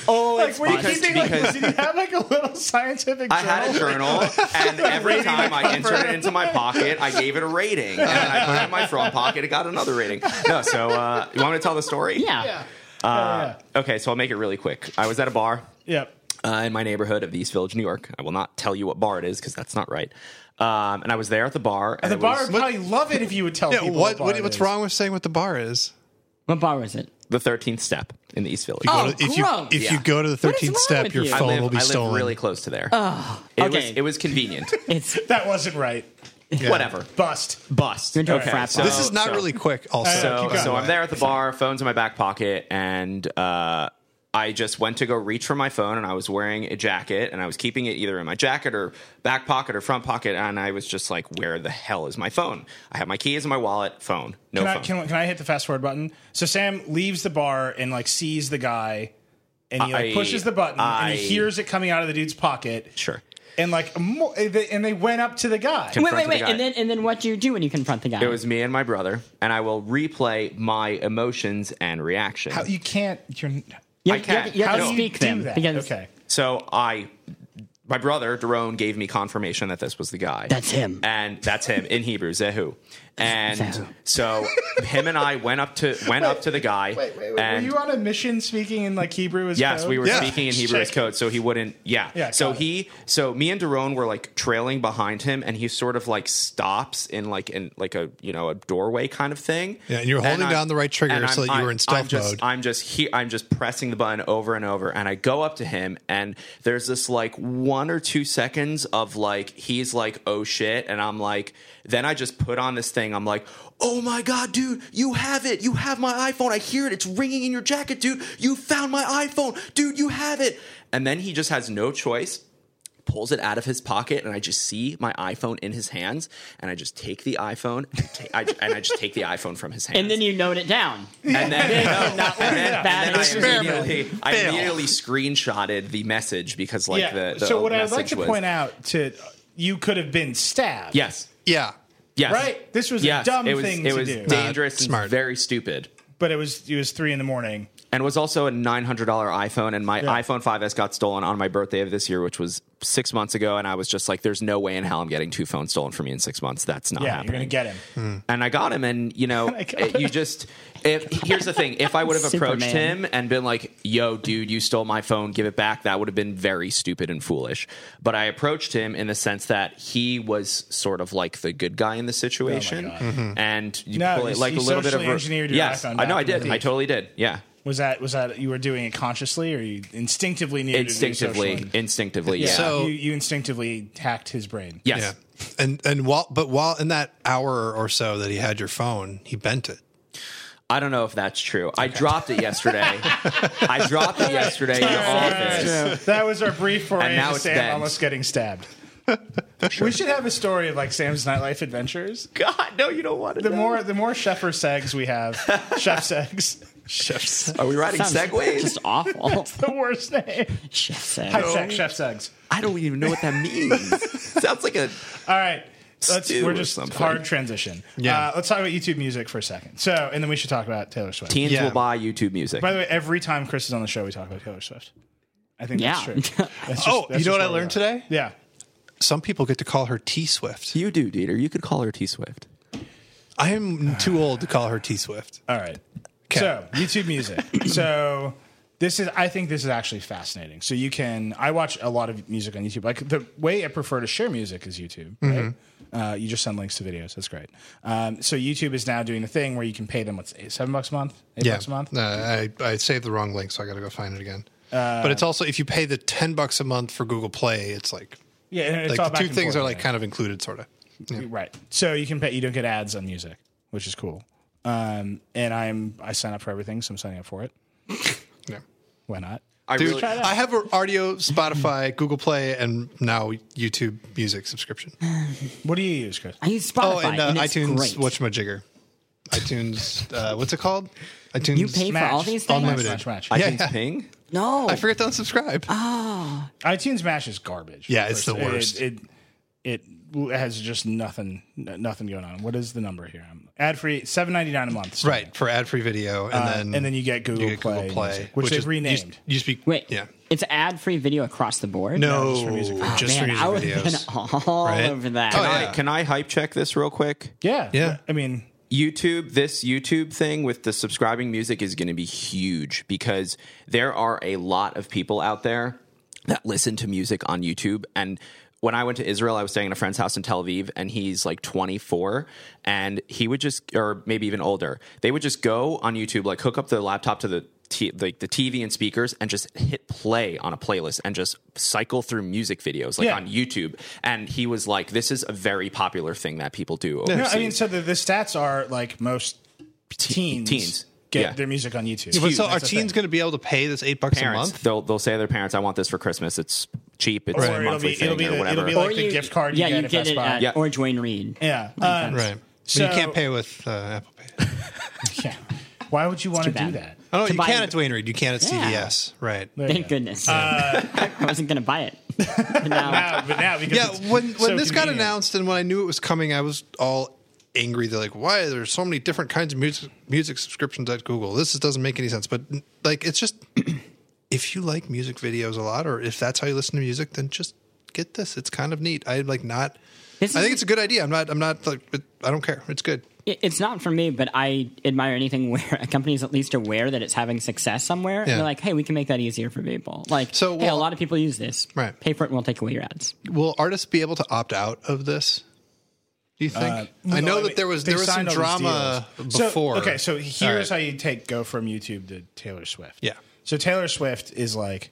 A: Oh, like, were you
D: because-
A: keeping, like,
D: because-
A: did you have like a little scientific?
D: I had a journal,
A: <laughs>
D: and every time I entered it into my pocket, I gave it a rating, and I put it in my front pocket, it got another rating. No, so uh, you want me to tell the story?
C: yeah.
A: Yeah.
D: Uh, okay, so I'll make it really quick. I was at a bar.
A: Yep.
D: uh, in my neighborhood of the East Village, New York. I will not tell you what bar it is because that's not right. Um, and I was there at the bar. And
A: The
D: it
A: bar
D: was
A: would probably love it if you would tell
B: Yeah,
A: people.
B: what,
A: bar
B: what
A: it
B: what's
A: is.
B: wrong with saying what the bar is?
C: What bar was it?
D: the thirteenth step in the East Village.
C: Oh,
B: Go to- if you
C: gross.
B: if
D: Yeah.
B: you go to the
C: What is
B: thirteenth
C: wrong
B: step,
C: with
B: your
C: you?
D: I
B: phone
D: live,
B: will be
D: I live
B: stolen.
D: really close to there. it was
C: okay.
D: it
B: <laughs>
D: was convenient.
C: It's
A: That wasn't right.
D: Whatever.
A: Bust.
D: Bust.
C: into a frat bar.
B: this is not
D: so-
B: really quick. Also,
D: So,
A: Keep going.
D: so I'm there at the bar, phone's in my back pocket, and uh, I just went to go reach for my phone, and I was wearing a jacket, and I was keeping it either in my jacket or back pocket or front pocket, and I was just like, "Where the hell is my phone? I have my keys in my wallet, phone, no
A: Can I,
D: phone."
A: can, can I hit the fast forward button? So Sam leaves the bar and like sees the guy, and he like
D: I-
A: pushes the button, and he
D: I-
A: hears it coming out of the dude's pocket.
D: sure.
A: And like, mo- they- and they went up to the guy.
C: wait,
D: front
C: wait,
D: of the
C: wait,
D: guy.
C: and then and then what do you do when you confront the guy?
D: It was me and my brother, and I will replay my emotions and reactions.
A: How- you can't. You're.
C: you,
D: I
C: have- you have to-
D: can't.
C: you have
A: How
C: to
A: do you
C: speak
A: do
C: them
A: that?
C: because
A: okay.
D: so I, my brother Daron gave me confirmation that this was the guy.
C: That's him.
D: and that's him in Hebrew, Zehu. And
C: Zehu.
D: so him and I went up to went up to the guy.
A: Wait, wait, wait.
D: and
A: were you on a mission speaking in like Hebrew as
D: Yes,
A: code?
D: we were
B: Yeah.
D: speaking in Hebrew as
A: Check.
D: code, so he wouldn't. Yeah.
A: Yeah,
D: so
A: got it.
D: he, so me and Daron were like trailing behind him, and he sort of like stops in like in like a you know a doorway kind of thing.
B: Yeah, and you're holding
D: I'm-
B: down the right trigger
D: and
B: so
D: I'm-
B: that you were
D: I'm-
B: in stealth
D: I'm just,
B: mode.
D: I'm just he, I'm just pressing the button over and over, and I go up to him, and there's this like one or two seconds of like he's like oh shit, and I'm like, then I just put on this thing. I'm like, oh my god, dude, you have it, you have my iPhone. I hear it, it's ringing in your jacket, dude. You found my iPhone, dude. You have it. And then he just has no choice pulls it out of his pocket and I just see my iPhone in his hands and I just take the iPhone and, ta- I, and I just take the iPhone from his hands.
C: and then you note it down.
D: and
B: <laughs>
D: then, and
C: Not
D: then,
C: bad
D: and then I,
C: experiment.
D: immediately, I
B: Fail.
D: immediately screenshotted the message because like
A: yeah.
D: the, the
A: so what I'd
D: message
A: like to
D: was,
A: point out to you could have been stabbed.
D: yes
B: yeah,
D: yes
A: Right. This was
D: yes
A: a dumb
D: it was
A: thing
D: it
A: to
D: was
A: do.
D: dangerous
B: Nah,
D: and
B: smart.
D: very stupid
A: but it was it was three in the morning.
D: and it was also a $900 iphone and my
A: Yeah.
D: iphone 5s got stolen on my birthday of this year which was six months ago and i was just like there's no way in hell i'm getting two phones stolen from me in six months that's not
A: Yeah,
D: happening
A: you're gonna get him.
B: Hmm.
D: and I got him, and you
A: <laughs>
D: know,
A: got
D: it- you just. If, here's the thing: if I would
A: <laughs>
D: have approached
C: Superman.
D: him and been like, "Yo, dude, you stole my phone. Give it back," that would have been very stupid and foolish. But I approached him in the sense that he was sort of like the good guy in the situation,
A: Oh God.
D: and you
A: No,
D: pull it
A: you-
D: like
A: you
D: a little bit of
A: socially engineered your
D: yes,
A: iPhone
D: I
A: back
D: know, I
A: to the
D: did, I
A: teeth.
D: totally did, yeah.
A: Was that was that you were doing it consciously or you instinctively knew to do
D: Instinctively,
A: social-
D: instinctively, yeah.
A: Yeah,
B: So-
A: you, you instinctively hacked his brain.
D: yes,
B: Yeah. And and while but while in that hour or so that he had your phone, he bent it.
D: I don't know if that's true. I dropped it yesterday. I dropped it
A: <laughs>
D: yesterday in your office.
A: That was our brief foray
D: <laughs> And now
A: into
D: it's
A: Sam
D: bent.
A: almost getting
B: <laughs>
A: stabbed. We should have a story of like Sam's nightlife adventures.
D: God, no, you don't want to.
A: The more the more Sheffer segs we
B: <laughs>
A: have, Chef segs,
B: Chef's
D: Are we riding
C: Sounds
D: segways?
C: Just awful.
A: <laughs> the worst name.
C: Shit,
A: High
C: sex.
A: seg, Chef segs.
D: I don't even know what that means. <laughs> Sounds like a
A: All right. Let's,
D: Stew
A: we're
D: or
A: just
D: something.
A: hard transition.
B: Yeah.
A: Uh, let's talk about YouTube music for a second. So, and then we should talk about Taylor Swift.
D: teens
B: Yeah.
D: will buy YouTube music.
A: By the way, every time Chris is on the show, we talk about Taylor Swift. I think
C: Yeah.
A: that's true. That's just-
B: Oh,
A: that's
B: you
A: just
B: know what I
A: where we
B: learned
A: are.
B: today?
A: Yeah.
B: Some people get to call her T Swift.
D: you do, Dieter. You could call her T Swift.
B: I am too old to call her T Swift.
A: All right. So YouTube
B: <clears throat>
A: Music. so this is. I think this is actually fascinating. So you can. I watch a lot of music on YouTube. Like the way I prefer to share music is YouTube. Right.
B: Mm-hmm.
A: Uh, you just send links to videos. That's great. Um, so YouTube is now doing the thing where you can pay them what's eight, seven bucks a month, eight bucks a month.
B: Uh, I, I saved the wrong link, so I got to go find it again.
A: Uh,
B: but it's also if you pay the ten bucks a month for Google Play, it's like
A: Yeah, and it's
B: like
A: all
B: the
A: back
B: two
A: and
B: things
A: forth,
B: are like
A: right?
B: kind of included, sort of.
A: Right. So you can pay. You don't get ads on music, which is cool. Um, and I'm I sign up for everything, so I'm signing up for it.
B: Yeah.
A: Why not?
D: I
B: Dude,
D: really,
B: I have a audio, Spotify, Google Play, and now YouTube Music
C: <laughs>
B: subscription.
A: What do you use, Chris?
C: I use Spotify.
B: Oh, and, uh,
C: and it's
B: iTunes.
C: Great.
B: Whatchamajigger? iTunes. Uh, what's it called? iTunes.
C: you pay for all
A: Match.
C: these things?
B: Unlimited.
A: Match, match,
B: Yeah,
A: match.
D: iTunes
B: yeah.
D: Ping.
C: No.
B: I forget to unsubscribe.
C: Ah.
A: iTunes Mash is garbage.
B: Yeah, it's the
A: First,
B: worst.
A: It, it it has just nothing n- nothing going on. What is the number here? I'm ad free seven ninety nine a month. So,
B: right for ad-free video, and
A: uh,
B: then
A: and then you get Google
B: you get
A: Play,
B: Google Play,
A: Music, which, they've
B: is-
A: renamed.
B: Used, used to be
C: Wait.
B: yeah.
C: It's ad free video across the board?
B: No,
A: just for music videos.
B: just for
C: Oh, Man,
B: music
C: I would have been
B: videos.
C: <laughs> all
B: right?
C: over that.
B: Oh,
D: Can,
B: yeah.
D: I, can I hype check this real quick?
A: yeah,
B: Yeah.
A: I mean,
D: YouTube, this YouTube thing with the subscribing music is going to be huge because there are a lot of people out there that listen to music on YouTube. And when I went to Israel, I was staying at a friend's house in Tel Aviv, and he's like 24, and he would just, or maybe even older, they would just go on YouTube, like hook up their laptop to the T- like the TV and speakers, and just hit play on a playlist and just cycle through music videos like
A: Yeah.
D: on YouTube. And he was like, "This is a very popular thing that people do."
A: no,
D: overseas.
A: I mean, so the, the stats are like most teens,
D: teens.
A: get
D: Yeah.
A: their music on YouTube.
B: But so
A: That's
B: are
A: the
B: teens
A: thing.
B: going to be able to pay this eight bucks
D: parents.
B: a month?
D: They'll they'll say to their parents, "I want this for Christmas. It's cheap. It's
A: Or
D: a
A: it'll
D: monthly
A: be
D: thing
A: it'll be
D: or
A: the,
D: whatever."
A: it'll be like the gift card.
C: Yeah,
A: you get,
C: you
A: at
C: get
A: Best
C: it
A: Buy.
C: at
D: Yeah.
C: or Dwayne Reed.
A: yeah, Um,
B: Right.
A: So
B: but you can't pay with uh, Apple Pay.
A: <laughs> yeah. Why would you want to
C: too
A: do
C: bad.
A: that?
B: Oh, no,
C: To
B: you
C: buy-
B: can at Dwayne Reed. You can at
C: Yeah.
B: CVS. Right.
A: There you
C: Thank
A: go.
C: goodness. <laughs> I wasn't going to buy it. But now,
A: Now, but now because
B: Yeah.
A: it's
B: When when
A: so
B: this got
A: convenient.
B: announced and when I knew it was coming, I was all angry. They're like, "Why are there so many different kinds of music music subscriptions at Google? This is- doesn't make any sense." But like, it's just <clears throat> if you like music videos a lot, or if that's how you listen to music, then just get this. It's kind of neat. I like not.
C: This
B: I
C: is-
B: think it's a good idea. I'm not. I'm not like. but I don't care. It's good.
C: it- it's not for me, but I admire anything <laughs> where a company's at least aware that it's having success somewhere. And
B: Yeah.
C: they're like, hey, we can make that easier for people. Like,
B: So,
C: hey, a
B: well-
C: lot of people use this.
B: Right.
C: Pay for it and we'll take away your ads.
B: <clears throat> Will artists be able to opt out of this? Do you think? I know
A: Uh, No,
B: that
A: mean,
B: there was
A: they
B: there was some
A: signed all these
B: drama
A: deals. So,
B: before.
A: okay, so here's
B: All right.
A: how you take go from YouTube to Taylor Swift.
B: Yeah.
A: So Taylor Swift is like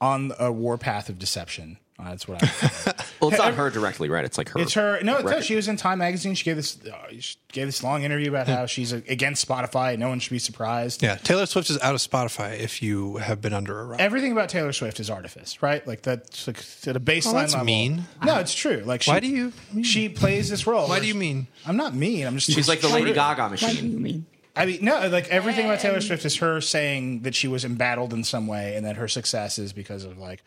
A: on a warpath of deception. Uh, that's what I. Would
B: <laughs>
A: call it.
D: well, it's not her directly, right? It's like her.
A: it's her. No, it's her.
D: record.
A: She was in Time magazine. She gave this uh, she gave this long interview about how she's uh, against Spotify. No one should be surprised.
B: yeah, Taylor Swift is out of Spotify. If you have been under a rock,
A: Everything about Taylor Swift is artifice, right? Like that's like at a baseline
B: that's
A: level.
B: mean.
A: No, it's true. Like she,
B: Why do you mean?
A: She plays this role.
B: why
A: where
B: do you
A: she-
B: mean?
A: I'm not mean. I'm just.
D: She's like the Lady Gaga machine.
C: I mean,
A: I mean, no, like everything about Taylor Swift is her saying that she was embattled in some way and that her success is because of like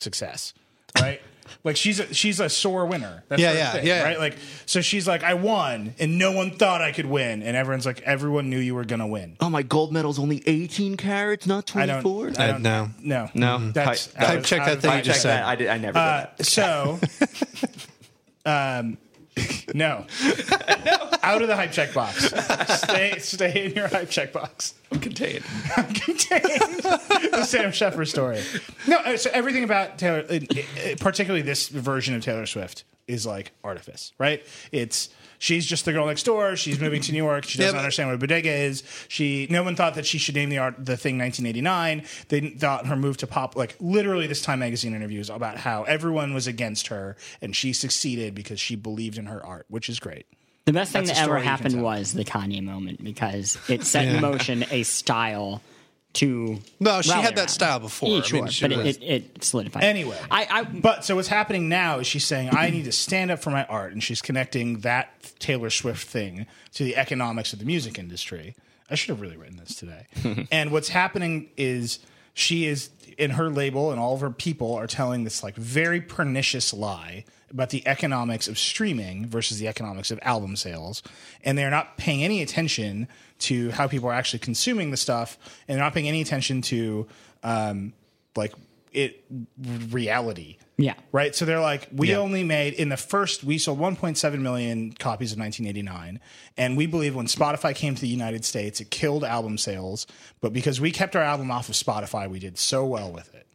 A: success, right? <laughs> Like she's a, she's a sore winner. That's
B: Yeah,
A: her
B: yeah,
A: thing,
B: yeah.
A: Right. Like so she's like, I won, and no one thought I could win, and everyone's like, everyone knew you were gonna win.
D: Oh, my gold medal's only 18 carats, not
A: I don't.
D: 24.
A: I don't
B: no.
A: No.
D: No.
A: That's
D: Type-
A: out
B: type
A: of-
B: check
A: out
B: that
A: of
B: thing
A: my
B: you just
A: check.
B: said.
D: I, did, I never
A: Uh, so, <laughs> um, <laughs>
B: <laughs>
A: no, out of the hype check box. Stay, stay in your hype check box.
D: did that. Contained.
A: Contains the Sam Shepard story. No, uh, so everything about Taylor, uh, uh, particularly this version of Taylor Swift, is like artifice, right? It's she's just the girl next door. She's moving to New York. She doesn't
B: but-
A: understand what a bodega is. She no one thought that she should name the art the thing 1989. They didn't- thought her move to pop like literally this Time magazine interviews about how everyone was against her and she succeeded because she believed in her art, which is great.
C: The best thing
A: That's
C: that
A: a
C: ever
A: story you can
C: happened
A: tell.
C: was the Kanye moment because it set in motion a style to.
B: No, she
C: rally
B: had that
C: around.
B: style before.
C: Yeah,
B: I mean,
C: sure,
B: she
C: but it,
B: was-
C: it, it solidified.
A: Anyway,
C: I, I
A: but so what's happening now is she's saying I need to stand up for my art, and she's connecting that Taylor Swift thing to the economics of the music industry. I should have really written this today. and what's happening is she is and her label and all of her people are telling this like very pernicious lie about the economics of streaming versus the economics of album sales and they're not paying any attention to how people are actually consuming the stuff and they're not paying any attention to um, like it reality.
C: Yeah.
A: Right. So they're like, we
B: Yeah.
A: only made in the first we sold 1.7 million copies of 1989, and we believe when Spotify came to the United States, it killed album sales. But because we kept our album off of Spotify, we did so well with it,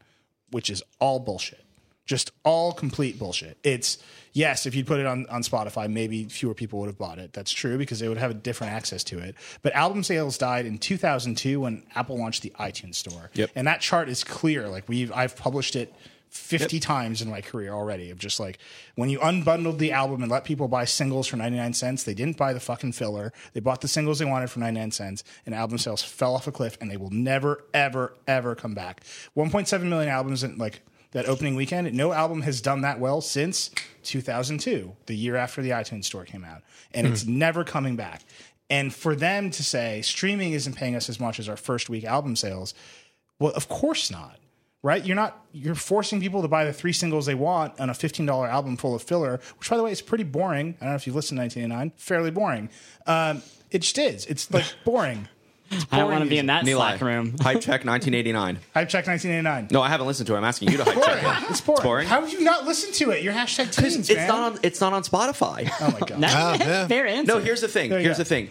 A: which is all bullshit. Just all complete bullshit. It's yes, if you put it on, on Spotify, maybe fewer people would have bought it. That's true because they would have a different access to it. But album sales died in 2002 when Apple launched the iTunes Store.
E: Yep.
A: And that chart is clear. Like we've I've published it 50 times in my career already of just like when you unbundled the album and let people buy singles for 99 cents, they didn't buy the fucking filler. They bought the singles they wanted for 99 cents and album sales fell off a cliff and they will never ever ever come back. 1.7 million albums in like that opening weekend. No album has done that well since 2002, the year after the iTunes store came out. And it's never coming back. And for them to say streaming isn't paying us as much as our first week album sales, well, of course not. Right? You're not you're forcing people to buy the three singles they want on a $15 album full of filler, which by the way is pretty boring. I don't know if you've listened to 1989, fairly boring. Um, it just is. It's
D: <laughs>
A: like boring.
C: I don't want to be in that
D: Neil,
C: Slack
D: <laughs>
C: room. <laughs>
D: Hype Check 1989.
A: I've checked 1989.
D: No, I haven't listened to it. I'm asking you to hype check it.
A: It's boring.
D: It's boring?
A: How have you not listened to it? Your hashtag teens,
D: It's
A: man.
D: not on. It's not on Spotify.
A: oh my
D: <laughs>
A: god.
C: That's
B: Ah, yeah.
C: <laughs> fair answer.
D: No, here's the thing.
A: you
D: Here's
A: go.
D: the thing.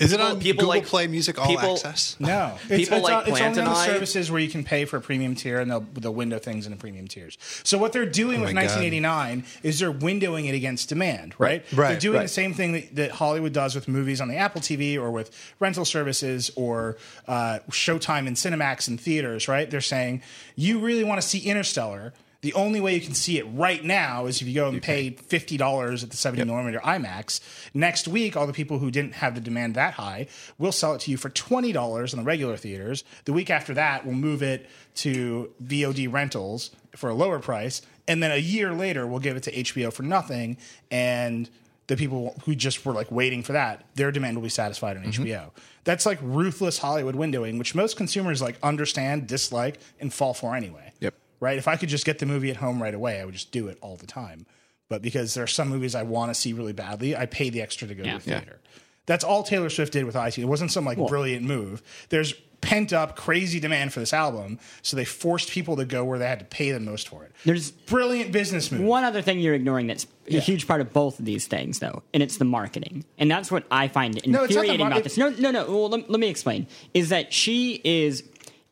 B: Is it on
D: people
B: Google
D: like-
B: Play Music All
D: people-
B: Access?
A: No, it's,
D: People
A: it's,
D: like
A: on- it's
D: Plant
A: only on the
D: and I-
A: services where you can pay for a premium tier, and they'll they'll window things into premium tiers. So what they're doing with
B: my God.
A: 1989 is they're windowing it against demand, right?
B: Right,
A: They're doing
D: right.
A: the same thing that, that Hollywood does with movies on the Apple TV or with rental services or uh, Showtime and Cinemax and theaters, right? They're saying you really want to see Interstellar. The only way you can see it right now is if you go and pay fifty dollars at the seventy millimeter IMAX. Next week, all the people who didn't have the demand that high will sell it to you for twenty dollars in the regular theaters. The week after that, we'll move it to VOD rentals for a lower price, and then a year later, we'll give it to HBO for nothing. And the people who just were like waiting for that, their demand will be satisfied on
C: Mm-hmm.
A: HBO. That's like ruthless Hollywood windowing, which most consumers like understand, dislike, and fall for anyway
E: Yep.
A: right? If I could just get the movie at home right away, I would just do it all the time. But because there are some movies I want to see really badly, I pay the extra to go to
C: Yeah.
A: the theater. That's all Taylor Swift did with iTunes. It wasn't some like brilliant move. There's pent up crazy demand for this album, so they forced people to go where they had to pay the most for it.
C: There's
A: brilliant business move.
C: one other thing you're ignoring that's a huge part of both of these things, though, and it's the marketing. And that's what I find
A: not the
C: infuriating
A: mar-
C: about this. No, no, no. Well, let, let me explain. Is that she is,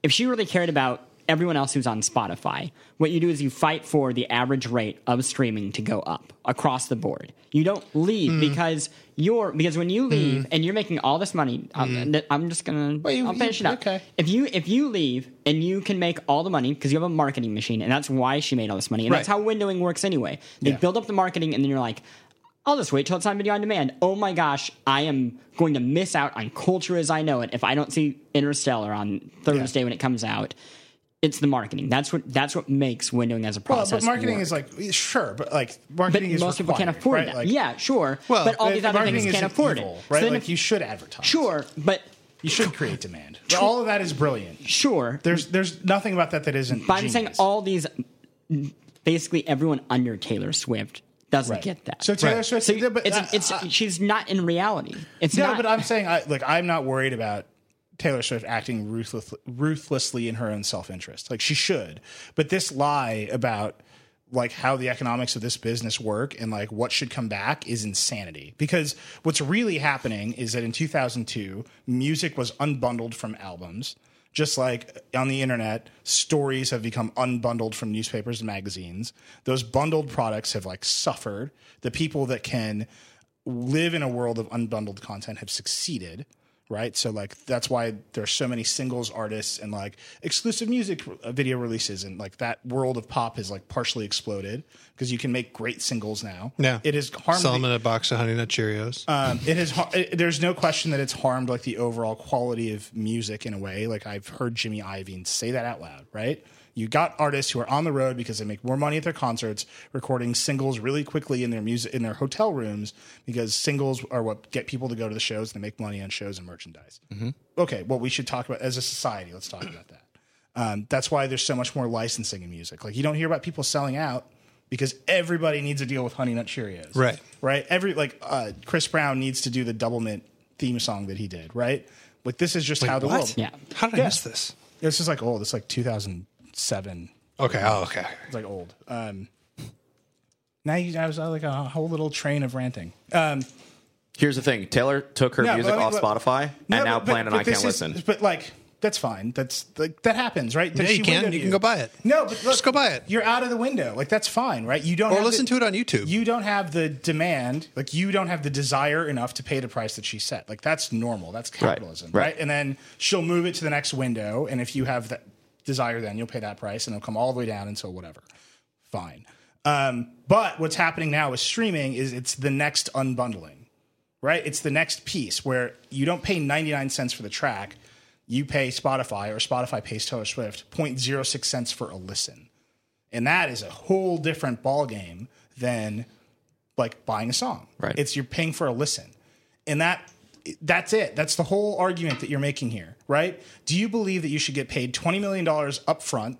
C: if she really cared about everyone else who's on Spotify, what you do is you fight for the average rate of streaming to go up across the board. You don't leave
A: Mm.
C: because you're because when you leave and you're making all this money,
A: Mm.
C: I'm, I'm just gonna
A: you-
C: I'll
A: you-
C: finish it up.
A: okay.
C: If you if you leave and you can make all the money because you have a marketing machine and that's why she made all this money and that's
B: Right.
C: how windowing works anyway. They
A: Yeah.
C: build up the marketing and then you're like, I'll just wait till it's on video on demand. Oh my gosh, I am going to miss out on culture as I know it if I don't see Interstellar on Thursday when it comes out. It's the marketing. That's what that's what makes windowing as a
A: Well,
C: process.
A: but marketing
C: work.
A: is like sure, but like
C: but
A: marketing is
C: most people can't
A: required,
C: afford
A: right?
C: that.
A: Like,
C: yeah, sure. but all
A: the-
C: these
A: the
C: other
A: marketing
C: things can't
A: isn't
C: afford
A: evil,
C: it.
A: Right?
C: So then
A: like
C: if-
A: you should advertise.
C: sure, but
A: you should create demand. All of that is brilliant.
C: sure.
A: There's there's nothing about that that isn't.
C: But I'm saying
A: genius.
C: all these basically everyone under Taylor Swift doesn't get that.
A: So Taylor
B: Right.
A: Swift,
C: So
A: yeah, but
C: it's,
A: I-
C: it's, she's not in reality. It's
A: No,
C: not.
A: but I'm saying, I, like, I'm not worried about Taylor Swift acting ruthless, ruthlessly in her own self interest. Like, she should. But this lie about like how the economics of this business work and like what should come back is insanity. Because what's really happening is that in 2002, music was unbundled from albums. Just like on the internet, stories have become unbundled from newspapers and magazines. Those bundled products have like suffered. The people that can live in a world of unbundled content have succeeded right so like that's why there's so many singles artists and like exclusive music uh, video releases and like that world of pop has like partially exploded because you can make great singles now
B: Yeah.
A: it is harmed
B: Sell them
A: the-
B: in a box of Honey Nut Cheerios.
A: um, it has har- it, there's no question that it's harmed like the overall quality of music in a way like i've heard jimmy iovine say that out loud right you got artists who are on the road because they make more money at their concerts recording singles really quickly in their music in their hotel rooms because singles are what get people to go to the shows and they make money on shows and merchandise okay well we should talk about as a society let's talk about that um, that's why there's so much more licensing in music like you don't hear about people selling out because everybody needs to deal with honey nut cheerios
B: Right.
A: right? Every like uh, Chris Brown needs to do the double mint theme song that he did, right? Like this is just how the world.
C: Yeah.
B: How did I
A: Yeah.
B: miss this?
A: This is like old. It's like 2007.
B: Okay. Oh, okay.
A: It's like old. Um, now you, I was on like a whole little train of ranting. Um,
D: Here's the thing: Taylor took her
A: No,
D: music
A: but I
D: off
A: mean, look-
D: Spotify,
A: no,
D: and now
A: but-
D: Planet
A: but
D: I can't
A: this is-
D: listen.
A: But like that's fine. That's like that happens, right? That
B: Yeah, you
A: she
B: can.
A: windowed
B: You can go buy it.
A: No, but look,
B: Just go buy it.
A: You're out of the window. Like that's fine, right? You don't
B: Or
A: have
B: listen
A: the-
B: to it on YouTube.
A: You don't have the demand, like you don't have the desire enough to pay the price that she set. Like that's normal. That's capitalism,
D: Right.
A: right? And then she'll move it to the next window, and if you have that desire, then you'll pay that price, and it'll come all the way down until whatever. Fine. Um, but what's happening now with streaming is it's the next unbundling, right? It's the next piece where you don't pay 99 cents for the track, you pay Spotify, or Spotify pays Taylor Swift 0.06 cents for a listen. And that is a whole different ballgame than like buying a song.
D: Right.
A: It's you're paying for a listen. And that that's it. That's the whole argument that you're making here, right? Do you believe that you should get paid $20 million upfront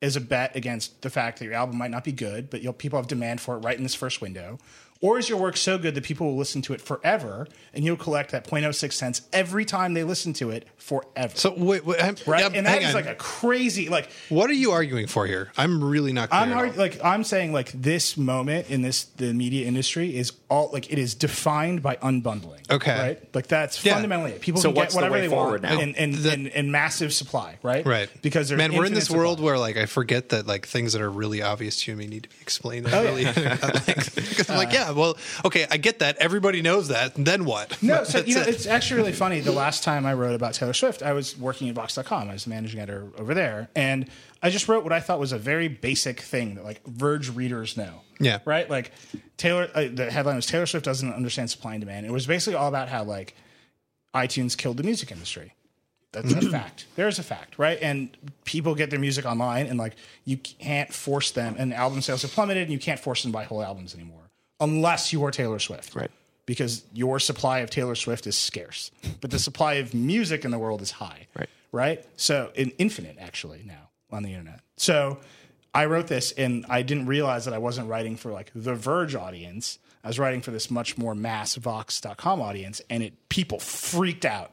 A: as a bet against the fact that your album might not be good, but you'll, people have demand for it right in this first window? Or is your work so good that people will listen to it forever and you'll collect that 0.06 cents every time they listen to it forever?
B: So wait, wait I'm,
A: right?
B: yeah,
A: and that
B: hang
A: is
B: on.
A: like a crazy, like,
B: what are you arguing for here? I'm really not clear.
A: I'm
B: at
A: already,
B: all.
A: like I'm saying like this moment in this the media industry is all like it is defined by unbundling.
B: Okay.
A: right? Like that's
B: Yeah.
A: fundamentally it. People
D: So
A: can get
D: what's the
A: whatever
D: way
A: they
D: forward
A: want
D: now?
A: And, and,
B: The-
A: and and massive supply, right?
B: Right.
A: Because there's
B: man, we're in this
A: infinite
B: world
A: supply.
B: where like I forget that like things that are really obvious to me need to be explained. I
A: Oh,
B: really, <laughs> like, 'cause I'm
A: Uh.
B: like, yeah, well, okay, I get that. Everybody knows that. Then what? <laughs>
A: No, so you know,
B: That's it.
A: it's actually really funny. The last time I wrote about Taylor Swift, I was working at Vox.com. I was the managing editor over there, and I just wrote what I thought was a very basic thing that like Verge readers know.
B: Yeah.
A: Right. Like Taylor, uh, the headline was Taylor Swift doesn't understand supply and demand. It was basically all about how like iTunes killed the music industry. That's
D: <clears throat>
A: a fact. There's a fact, right? And people get their music online, and like you can't force them. And album sales have plummeted, and you can't force them to buy whole albums anymore, unless you are Taylor Swift,
D: Right.
A: Because your supply of Taylor Swift is scarce, but the supply of music in the world is high,
D: Right.
A: Right. So, in infinite actually now on the internet. So, I wrote this, and I didn't realize that I wasn't writing for like the Verge audience. I was writing for this much more mass Vox.com audience, and it people freaked out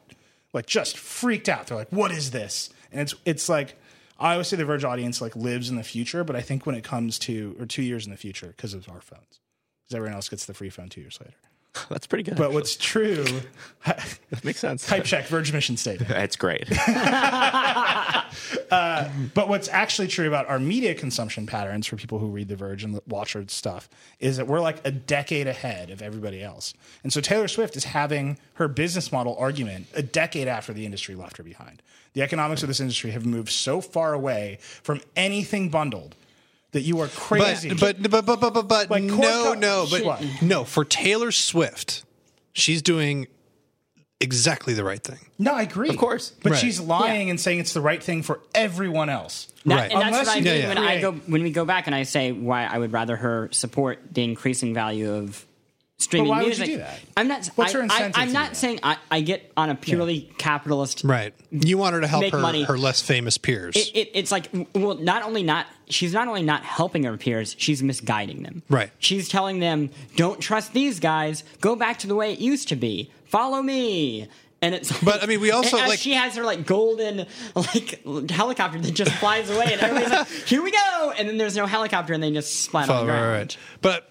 A: like just freaked out. They're like, "What is this?" And it's it's like I always say the Verge audience like lives in the future, but I think when it comes to or two years in the future because of our phones, because everyone else gets the free phone two years later.
D: That's pretty good.
A: But what's true? <laughs>
D: that makes sense.
A: Type check Verge mission statement.
D: That's great.
A: Uh, But what's actually true about our media consumption patterns for people who read The Verge and watch our stuff is that we're like a decade ahead of everybody else. And so Taylor Swift is having her business model argument a decade after the industry left her behind. The economics of this industry have moved so far away from anything bundled that you are
B: but,
A: crazy.
B: but but but but but but
A: Like, Corn
B: no
A: Cup-
B: no but
A: What?
B: no for Taylor Swift, she's doing exactly the right thing.
A: no, I agree. Of
D: course.
A: But
B: Right.
A: she's lying and saying it's the right thing for everyone else.
C: That-
B: Right.
C: And that's
A: Unless
C: what I
A: you
C: mean
B: Yeah,
C: when
A: yeah.
C: I go when we go back and I say why I would rather her support the increasing value of streaming
A: why would you
C: music.
A: do that?
C: I'm not.
A: What's
C: I,
A: your incentive
C: I, am
A: to do
C: not
A: that?
C: saying I, I get on a purely capitalist.
B: Right. You want her to help
C: Make
B: her,
C: money.
B: her less famous peers.
C: It, it, it's like w- well, not only not she's not only not helping her peers, she's misguiding them.
B: Right.
C: She's telling them, "Don't trust these guys. Go back to the way it used to be. Follow me." And it's
B: But, I mean,
C: <laughs>
B: we also,
C: as
B: like-
C: she has her like golden like helicopter that just flies away, and
B: <laughs>
C: everybody's like, "Here we go!" And then there's no helicopter, and they just splat on
B: Oh,
C: the
B: right,
C: ground.
B: right, right. But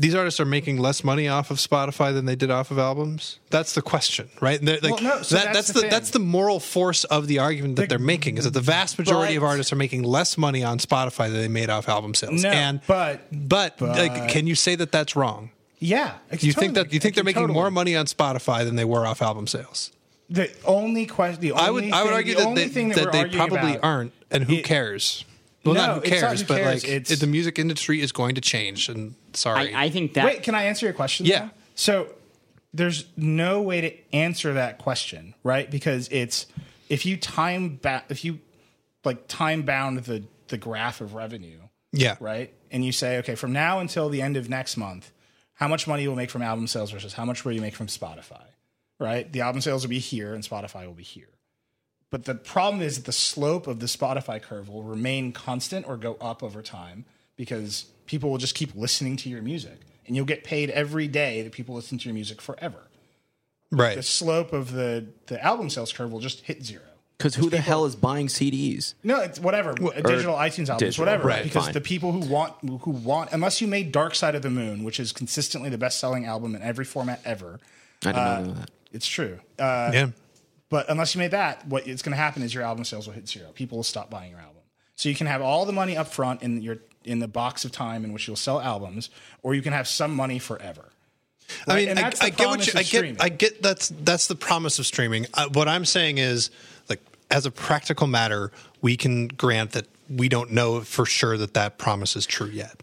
B: these artists are making less money off of Spotify than they did off of albums. That's the question, right? And they're, like,
A: Well, no, so
B: that, that's,
A: that's the
B: the,
A: thing.
B: that's the moral force of the argument that they're making is that the vast majority of
A: But-
B: artists are making less money on Spotify than they made off album sales.
A: No,
B: and
A: but-
B: but, like,
A: but-
B: can you say that that's wrong?
A: Yeah,
B: You think that you think they're making more money on Spotify than they were off album sales?
A: The only question, the only
B: I would
A: thing,
B: I would argue
A: the
B: that
A: only
B: they,
A: thing
B: that
A: that, we're
B: they
A: arguing
B: probably
A: about-
B: aren't, and who
A: it-
B: cares? Well,
A: No,
B: not who
A: it's not
B: cares,
A: who
B: but
A: cares,
B: like
A: it's-
B: it- the music industry is going to change. And sorry,
C: I, I think that
A: Wait, can I answer your question?
B: Yeah.
A: though? So there's no way to answer that question, right? Because it's if you time ba- if you like time bound the the graph of revenue,
B: yeah,
A: right? And you say, okay, from now until the end of next month, how much money you will make from album sales versus how much will you make from Spotify, right? The album sales will be here and Spotify will be here. But the problem is that the slope of the Spotify curve will remain constant or go up over time because people will just keep listening to your music and you'll get paid every day that people listen to your music forever. The
B: right.
A: slope of the, the album sales curve will just hit zero.
D: Because who the hell is buying CDs?
A: No, it's whatever. a digital iTunes albums,
D: digital,
A: whatever.
D: right,
A: because
D: fine.
A: the people who want who want unless you made Dark Side of the Moon, which is consistently the best selling album in every format ever. uh,
D: I don't know that.
A: It's true. Uh,
B: yeah.
A: but unless you made that, what it's going to happen is your album sales will hit zero. People will stop buying your album. So you can have all the money up front in your in the box of time in which you'll sell albums, or you can have some money forever.
B: I mean,
A: And
B: I,
A: that's the
B: I get what
A: promise
B: you,
A: of
B: I
A: streaming.
B: get. I get that's that's the promise of streaming. I, what I'm saying is, like, as a practical matter, we can grant that we don't know for sure that that promise is true yet.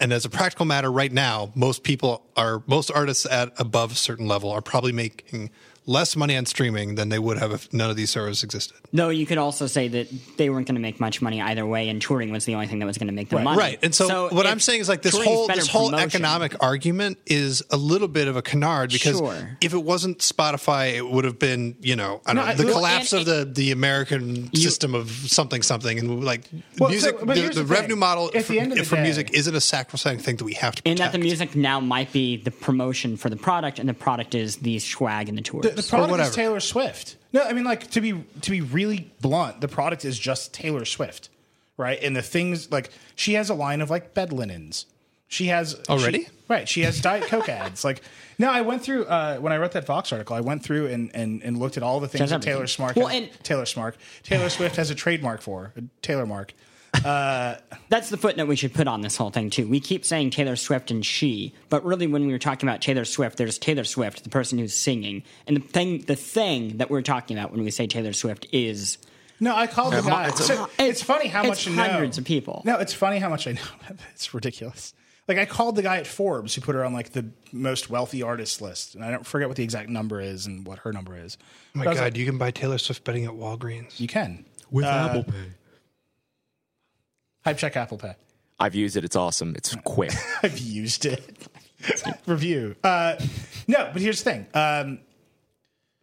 B: And as a practical matter, right now, most people are most artists at above a certain level are probably making less money on streaming than they would have if none of these services existed.
C: Though you could also say that they weren't going to make much money either way, and touring was the only thing that was going to make them money.
B: Right. And so, what
C: if
B: I'm saying is like this
C: touring's
B: whole
C: better
B: this whole
C: promotion-
B: economic argument is a little bit of a canard because
C: Sure.
B: if it wasn't Spotify, it would have been, you know, I don't
A: No,
B: know, the
A: well,
B: collapse
C: and
B: of the, the American system of something something and like
A: Well,
B: music
A: so-
B: the,
A: but here's
B: the
A: the thing.
B: revenue model
A: At
B: for,
A: the end of the
B: for
A: day-
B: music isn't a sacrosanct thing that we have to
C: And
B: protect.
C: that the music now might be the promotion for the product, and the product is the swag and the tours.
A: The product
B: whatever.
A: is Taylor Swift. No, I mean like to be to be really blunt, the product is just Taylor Swift, right? And the things like she has a line of like bed linens. She has
B: Already?
A: she- right. She has Diet Coke <laughs> ads. Like no, I went through uh, when I wrote that Vox article. I went through and and, and looked at all the things
C: Just
A: that Taylor
C: everything.
A: Smart
C: Well,
A: has-
C: and-
A: Taylor Smart Taylor Swift has a trademark for a Taylor Mark.
C: That's the footnote we should put on this whole thing too. We keep saying Taylor Swift and she, but really when we were talking about Taylor Swift, there's Taylor Swift, the person who's singing, and the thing the thing that we're talking about when we say Taylor Swift is
A: No, I called the guy.
D: it's-
A: So, it's funny how
C: it's
A: much you know.
C: hundreds of people.
A: No, it's funny how much I know. <laughs> it's ridiculous. Like I called the guy at Forbes who put her on like the most wealthy artist list, and I don't forget what the exact number is and what her number is.
B: oh my
A: But I was
B: god,
A: like,
B: you can buy Taylor Swift betting at Walgreens. Uh,
A: you can
E: with Apple Pay.
A: hype check Apple Pay.
D: I've used it. It's awesome. It's
A: <laughs>
D: quick.
A: I've used it. <laughs> Review. Uh, no, but here's the thing. Um,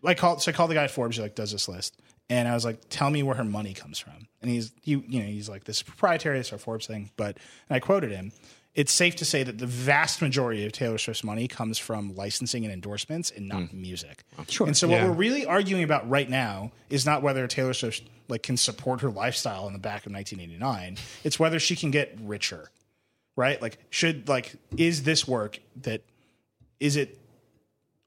A: I called. So I called the guy at Forbes who like does this list, and I was like, "Tell me where her money comes from." And he's he, you know, he's like, "This is proprietary. It's our Forbes thing." But and I quoted him. It's safe to say that the vast majority of Taylor Swift's money comes from licensing and endorsements, and not music. Sure. And so what
B: Yeah.
A: we're really arguing about right now is not whether Taylor Swift like can support her lifestyle in the back of 1989. It's whether she can get richer right? Like, should like is this work that is it?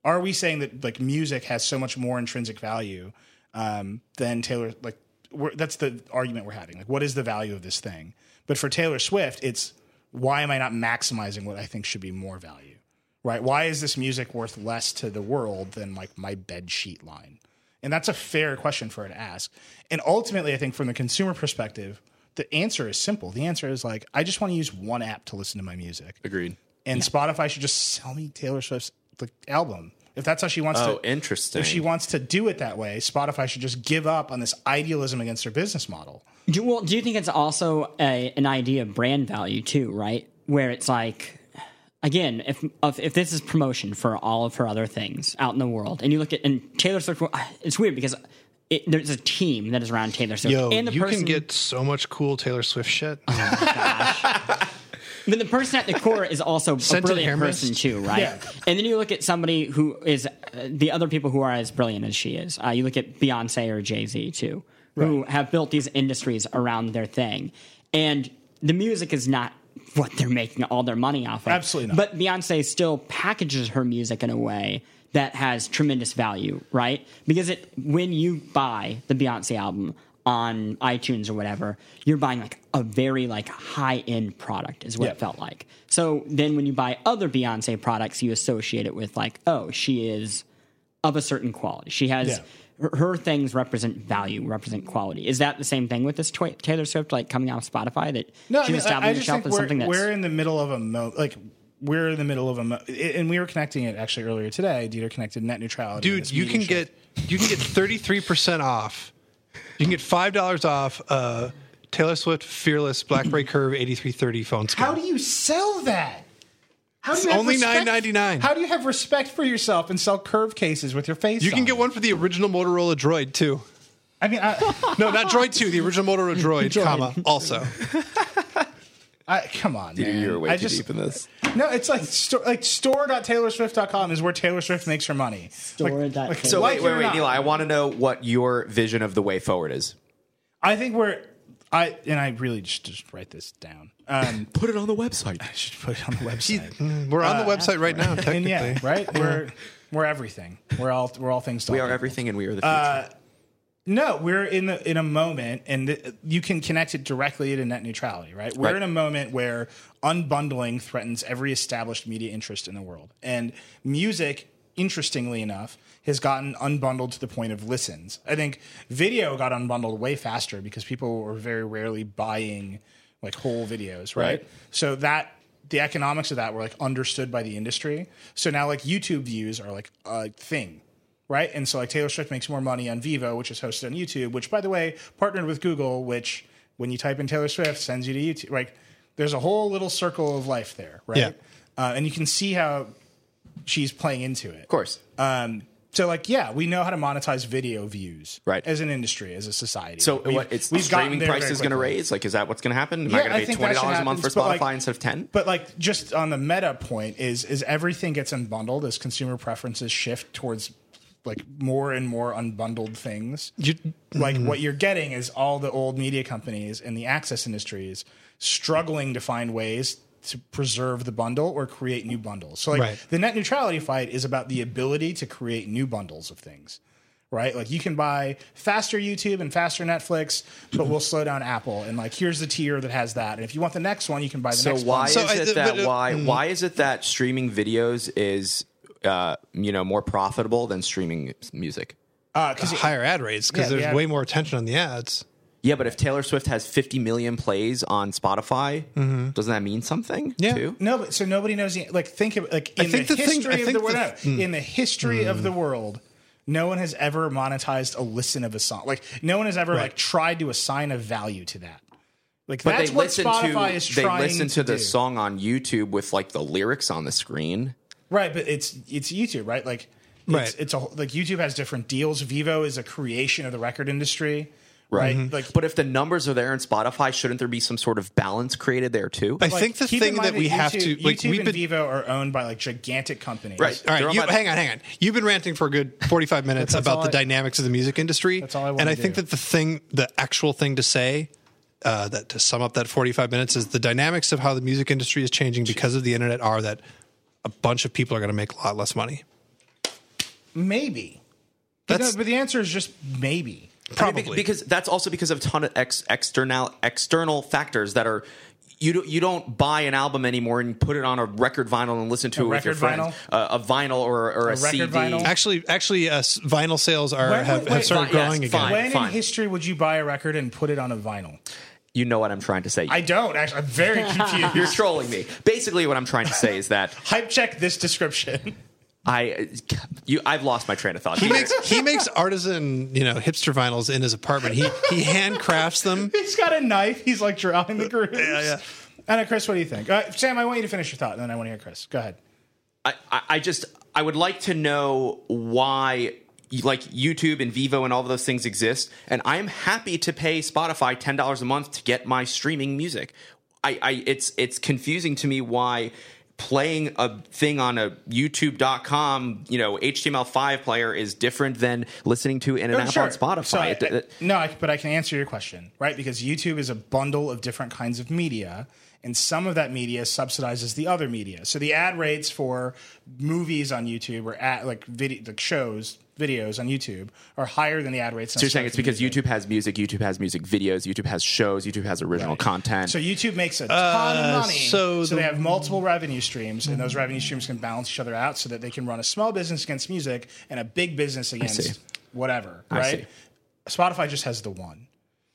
A: Are we saying that like music has so much more intrinsic value um, than Taylor? Like, we're, that's the argument we're having. Like, what is the value of this thing? But for Taylor Swift, it's why am I not maximizing what I think should be more value? Right? Why is this music worth less to the world than like my bed sheet line? And that's a fair question for her to ask. And ultimately, I think from the consumer perspective, the answer is simple. The answer is like, I just want to use one app to listen to my music.
D: Agreed.
A: And Spotify should just sell me Taylor Swift's like, album. If that's how she wants
D: Oh,
A: to
D: interesting.
A: if she wants to do it that way, Spotify should just give up on this idealism against their business model.
C: Do, well, do you think it's also a, an idea of brand value too, right? Where it's like, again, if of- if this is promotion for all of her other things out in the world, and you look at and Taylor Swift, it's weird because it, there's a team that is around Taylor Swift,
B: Yo,
C: and the
B: you
C: person
B: can get so much cool Taylor Swift shit.
A: <laughs>
C: But the person at the core is also a
B: Scented hair
C: brilliant
B: mist?
C: person too, right?
A: Yeah.
C: And then you look at somebody who is uh, the other people who are as brilliant as she is. Uh, you look at Beyonce or Jay Z too, who have built these industries around their thing, and the music is not what they're making all their money off of.
A: Absolutely not.
C: But but Beyonce still packages her music in a way that has tremendous value, right? Because it when you buy the Beyonce album on iTunes or whatever, you're buying like a very like high end product is what
A: Yeah.
C: it felt like. So then when you buy other Beyonce products, you associate it with like, oh, she is of a certain quality. She has
A: Yeah.
C: her, her things represent value, represent quality. Is that the same thing with this tw- Taylor Swift like coming out of Spotify that
A: No,
C: she
A: I mean,
C: was
A: I, I
C: establishing
A: just think
C: herself as
A: we're,
C: something that's
A: we're in the middle of a mo- like we're in the middle of a mo- and we were connecting it actually earlier today. Dieter connected net neutrality. and
B: Dude,
A: this
B: you
A: media
B: can
A: shift.
B: get you can get 33% off. You can get $5 off uh Taylor Swift Fearless BlackBerry Curve 8330 phone scale.
A: How do you sell that? How do you
B: It's
A: have
B: only
A: respect-
B: $9.99.
A: How do you have respect for yourself and sell curve cases with your face?
B: You
A: on
B: can get
A: it?
B: one for the original Motorola Droid too.
A: I mean, I,
B: No, not Droid 2, the original
A: <laughs>
B: Motorola Droid, comma, also.
A: I, come on,
D: Dude,
A: man.
D: you're way
A: I
D: too
A: just-
D: deep in this.
A: No, it's like sto- like store.taylorswift.com is where Taylor Swift makes her money.
C: Store
A: Like,
C: dot
A: like,
D: So
A: like
D: wait, wait,
A: or
D: wait,
A: not.
D: Neil. I want to know what your vision of the way forward is.
A: I think we're I and I really just, just write this down. Um, <laughs>
E: Put it on the website.
A: I should put it on the website.
B: We're on the website right now,
A: and
B: technically.
A: Uh, <laughs> yeah, right. We're we're everything. We're all we're all things.
D: We
A: talking.
D: are everything, and we are the future.
A: Uh, No, we're in the in a moment, and th- you can connect it directly to net neutrality. Right? We're
D: Right.
A: in a moment where unbundling threatens every established media interest in the world, and music, interestingly enough, has gotten unbundled to the point of listens. I think video got unbundled way faster because people were very rarely buying like whole videos, right?
D: Right.
A: So that the economics of that were like understood by the industry. So now like YouTube views are like a thing, right? And so like Taylor Swift makes more money on Vivo, which is hosted on YouTube, which by the way partnered with Google, which when you type in Taylor Swift sends you to YouTube. Like there's a whole little circle of life there, right?
B: Yeah.
A: Uh, and you can see how she's playing into it.
D: of course.
A: Um, so like yeah, we know how to monetize video views,
D: Right.
A: As an industry, as a society.
D: so
A: We've-
D: what? It's the
A: we've gotten
D: streaming
A: there
D: price
A: very
D: is going to
A: quickly.
D: raise. Like, is that what's going to happen? Am
A: Yeah,
D: I going
A: I
D: to pay
A: think
D: twenty
A: that should
D: dollars a month for
A: happen,
D: Spotify
A: but, like-
D: instead of ten?
A: But like just on the meta point is is everything gets unbundled as consumer preferences shift towards like more and more unbundled things.
B: You- mm-hmm.
A: like what you're getting is all the old media companies and the access industries struggling to find ways to preserve the bundle or create new bundles. So like
B: Right.
A: the net neutrality fight is about the ability to create new bundles of things. Right? Like you can buy faster YouTube and faster Netflix, but we'll slow down Apple and like here's the tier that has that. And if you want the next one, you can buy the
D: So
A: next
D: why
A: one.
B: So
D: is
B: I-
D: it
B: but,
D: that
B: uh,
D: why
A: mm-hmm.
D: why is it that streaming videos is uh, you know more profitable than streaming music?
A: because
B: Higher ad rates because
A: Yeah, the
B: there's
A: ad-
B: way more attention on the ads.
D: Yeah, but if Taylor Swift has 50 million plays on Spotify,
A: Mm-hmm.
D: doesn't that mean something?
B: Yeah.
D: Too?
A: No, but so nobody knows. The, like, think of like in
B: think
A: the,
B: the thing-
A: history
B: I
A: of
B: think
A: the world.
B: the- Hmm.
A: no, in the history of the world, no one has ever monetized a listen of a song. Like, no one has ever like tried to assign a value to that. Like,
D: But
A: that's
D: they
A: what
D: listen
A: Spotify
D: to
A: is
D: they
A: trying
D: listen to, the
A: do.
D: song on YouTube with like the lyrics on the screen.
A: right? But it's it's YouTube, right? Like, it's,
B: Right.
A: It's a whole- like YouTube has different deals. Vivo is a creation of the record industry, right?
B: Mm-hmm.
A: Like,
D: But if the numbers are there in Spotify, shouldn't there be some sort of balance creted there too?
B: I
A: like,
B: think the
A: keep in
B: thing
A: mind
B: that we have to
A: YouTube-
B: like
A: YouTube
B: we've
A: and
B: been
A: Vivo are owned by like gigantic companies,
D: Right.
B: All right,
D: They're on
B: you,
D: my-
B: hang on, hang on. You've been ranting for a good 45 minutes
A: That's all
B: about the
A: I-
B: dynamics of the music industry.
A: That's all I wanna
B: And I think
A: do.
B: that the thing, the actual thing to say, uh, that to sum up that 45 minutes is the dynamics of how the music industry is changing because of the internet are that a bunch of people are going to make a lot less money.
A: Maybe.
B: That's
A: No, but the answer is just maybe.
B: probably
D: Be- because that's also because of a ton of ex- external external factors that are you do, you don't buy an album anymore and put it on a record vinyl and listen to it with your
A: record
D: friends. Uh, a vinyl or, or
A: record
D: a, CD.
A: vinyl?
B: actually, actually, uh, s- vinyl sales are
A: When
B: have,
A: would-
B: have
A: wait,
B: started
D: vi- yes,
B: growing
D: fine.
B: again.
A: When in history would you buy a record and put it on a vinyl?
D: You know what I'm trying to say.
A: I don't actually. I'm very
B: <laughs>
A: confused.
D: You're trolling me. Basically, what I'm trying to say is that
A: Hype check this description.
D: I, you, I've lost my train of thought.
B: He makes he makes artisan you know hipster
A: <laughs>
B: vinyls in his apartment. He he handcrafts them.
A: He's got a knife. He's like drawing the grooves.
B: yeah.
A: And Chris, what do you think? Uh, Sam, I want you to finish your thought, and then I want to hear Chris. Go ahead.
D: I, I I just I would like to know why like YouTube and Vivo and all those things exist, and I am happy to pay Spotify ten dollars a month to get my streaming music. I, I it's it's confusing to me why playing a thing on a YouTube.com you know HTML5 player is different than listening to in an app
A: Sure.
D: on Spotify.
A: So I-
D: It- it-
A: no, I, but I can answer your question, right? Because YouTube is a bundle of different kinds of media, and some of that media subsidizes the other media. So the ad rates for movies on YouTube or at like video like shows videos on YouTube are higher than the ad rates. on
D: so you're saying it's
A: stuff
D: because
A: in media.
D: YouTube has music, YouTube has music videos, YouTube has shows, YouTube has original content.
A: So YouTube makes a ton of money.
B: so
A: So,
B: the-
A: they have multiple revenue streams, and those revenue streams can balance each other out, so that they can run a small business against music and a big business
D: see.
A: against whatever. Right? Spotify just has the one,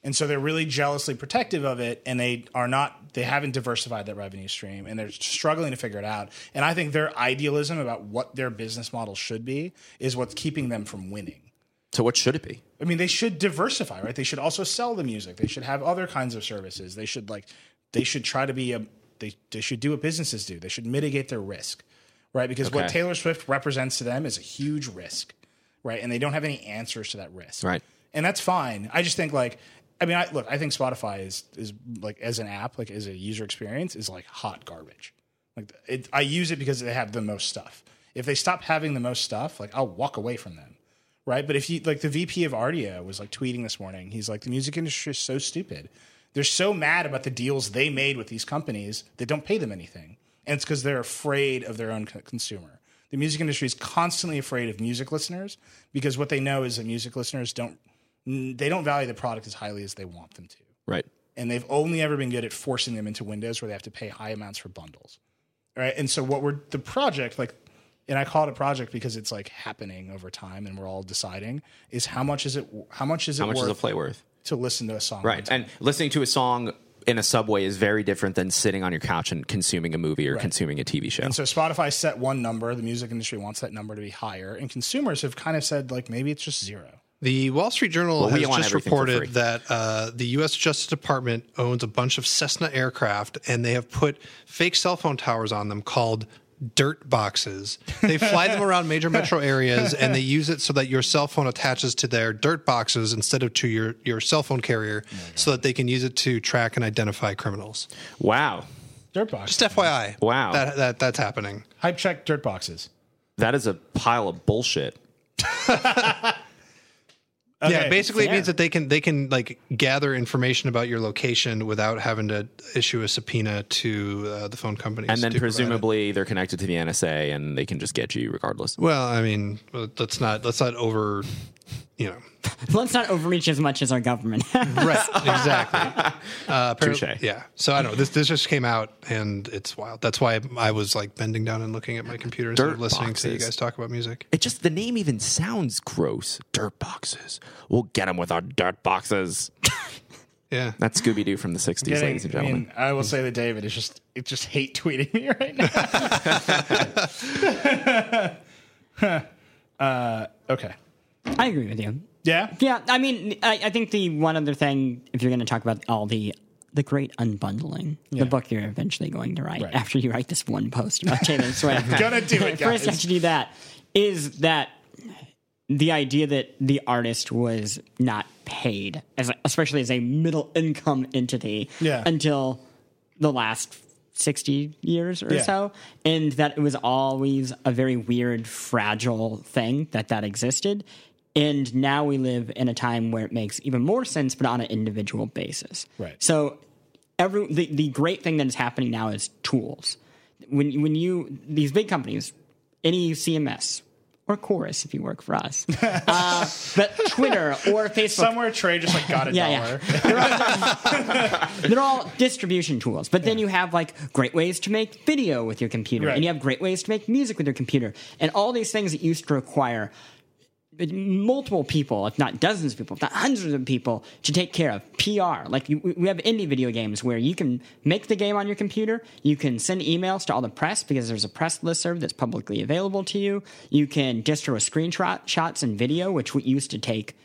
A: and so they're really jealously protective of it, and they are not. They haven't diversified that revenue stream, and they're struggling to figure it out. And I think their idealism about what their business model should be is what's keeping them from winning.
D: so what should it be?
A: I mean, they should diversify, right? They should also sell the music. They should have other kinds of services. They should like, they should try to be a, they, they should do what businesses do. They should mitigate their risk, right? Because what
D: Okay.
A: Taylor Swift represents to them is a huge risk, right? And they don't have any answers to that risk,
D: Right.
A: And that's fine. I just think like, I mean, I look, I think Spotify is is like as an app, like as a user experience, is like hot garbage. Like it, I use it because they have the most stuff. If they stop having the most stuff, like I'll walk away from them right? But if you like the VP of Ardia was like tweeting this morning, he's like, the music industry is so stupid. They're so mad about the deals they made with these companies that don't pay them anything, and it's because they're afraid of their own co- consumer. The music industry is constantly afraid of music listeners because what they know is that music listeners don't n- they don't value the product as highly as they want them to,
D: Right.
A: and they've only ever been good at forcing them into windows where they have to pay high amounts for bundles right? And so what we're the project like, and I call it a project because it's like happening over time, and we're all deciding is how much is it how much is it
D: How much
A: worth
D: is a play worth?
A: to listen to a song,
D: Right. And listening to a song in a subway is very different than sitting on your couch and consuming a movie or consuming a TV show.
A: So Spotify set one number. The music industry wants that number to be higher, and consumers have kind of said like maybe it's just zero.
B: The Wall Street Journal
D: we
B: has
D: want
B: just
D: everything for free.
B: reported that uh, the U.S. Justice Department owns a bunch of Cessna aircraft, and they have put fake cell phone towers on them called dirt boxes. They fly them around major metro areas, and they use it so that your cell phone attaches to their dirt boxes instead of to your your cell phone carrier, so that they can use it to track and identify criminals.
D: wow.
A: Dirt box,
B: Just FYI,
D: Wow.
B: that, that that's happening.
A: hype check, dirt boxes.
D: That is a pile of bullshit.
B: yeah,
A: Okay,
B: basically it
C: fair.
B: means that they can they can like gather information about your location without having to issue a subpoena to uh, the phone companies.
D: And then
B: to provide it.
D: presumably they're connected to the NSA and they can just get you regardless.
B: well, I mean, let's not let's not over, you know,
C: <laughs> Let's not overreach as much as our government. <laughs>
B: right? exactly. Uh, apparently-
D: Touche.
B: Yeah. So I don't know. This this just came out and it's wild. That's why I was like bending down and looking at my computer instead of
D: Dirt
B: listening to you
D: boxes.
B: guys talk about music.
D: It just the name even sounds gross. Dirt boxes. We'll get them with our dirt boxes.
B: Yeah.
D: That's Scooby Doo from the 60s, ladies and
A: I
D: gentlemen.
A: mean, I will say that David is just it just hate tweeting me <laughs> right now. <laughs> uh, okay,
C: I agree with you.
A: yeah,
C: Yeah, I mean, I, I think the one other thing, if you're going to talk about all the the great unbundling, the book you're eventually going to write
A: Right.
C: after you write this one post about
A: <laughs>
C: Taylor Swift,
A: gonna do it, guys.
C: <laughs> first you have to do that is that the idea that the artist was not paid, as especially as a middle income entity,
A: Yeah.
C: until the last sixty years or
A: Yeah.
C: so, and that it was always a very weird, fragile thing that that existed. And now we live in a time where it makes even more sense, but on an individual basis.
A: Right.
C: So every the, the great thing that is happening now is tools. When when you these big companies, any CMS or Chorus if you work for us, <laughs> uh, but Twitter or Facebook,
A: somewhere Trey just like got a
C: Yeah, yeah. <laughs>
A: dollar.
C: they're all distribution tools. But then you have like great ways to make video with your computer,
A: Right.
C: and you have great ways to make music with your computer, and all these things that used to require multiple people, if not dozens of people, if not hundreds of people, to take care of PR. Like you, we have indie video games where you can make the game on your computer, you can send emails to all the press because there's a press listserv that's publicly available to you. You can distro screenshots and video, which we used to take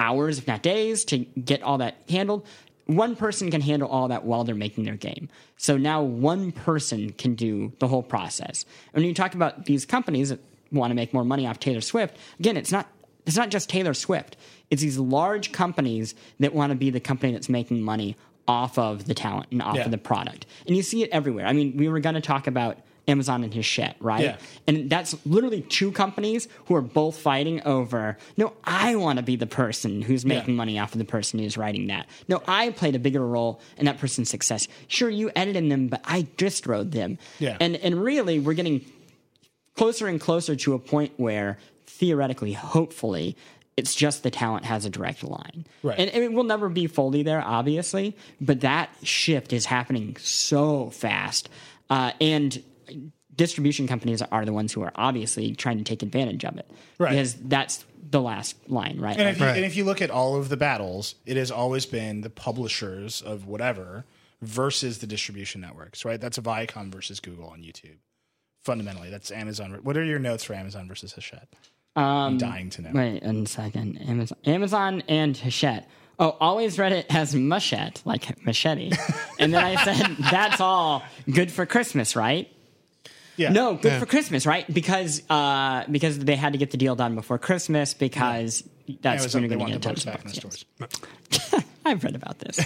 C: hours, if not days, to get all that handled. one person can handle all that while they're making their game. So now one person can do the whole process. And when you talk about these companies that want to make more money off Taylor Swift, again, it's not it's not just Taylor Swift. It's these large companies that want to be the company that's making money off of the talent and off
A: Yeah.
C: of the product. And you see it everywhere. I mean, we were going to talk about Amazon and his shit, right?
A: Yeah.
C: And that's literally two companies who are both fighting over no, I want to be the person who's making money off of the person who's writing that. No, I played a bigger role in that person's success. Sure, you edited them, but I just wrote them.
A: Yeah.
C: And and really we're getting closer and closer to a point where theoretically, hopefully, it's just the talent has a direct line.
A: Right.
C: And, and it will never be fully there, obviously, but that shift is happening so fast. Uh, and distribution companies are the ones who are obviously trying to take advantage of it.
A: Right.
C: Because that's the last line, right?
A: And if, you,
B: Right.
A: and if you look at all of the battles, it has always been the publishers of whatever versus the distribution networks, right? That's Viacom versus Google on YouTube. Fundamentally, that's Amazon. What are your notes for Amazon versus Hachette?
C: Um,
A: I'm dying to know.
C: Wait a second. Amazon, Amazon and Hachette. Oh, always read it as machette, like <laughs> machete. And then I said, that's all good for Christmas, right?
A: Yeah.
C: No, good for Christmas, right? Because uh, because they had to get the deal done before Christmas because that's
A: Amazon,
C: when
A: they
C: you're
A: want
C: going
A: the books
C: to get tons of
A: back in the
C: books.
A: stores.
C: I've read about this.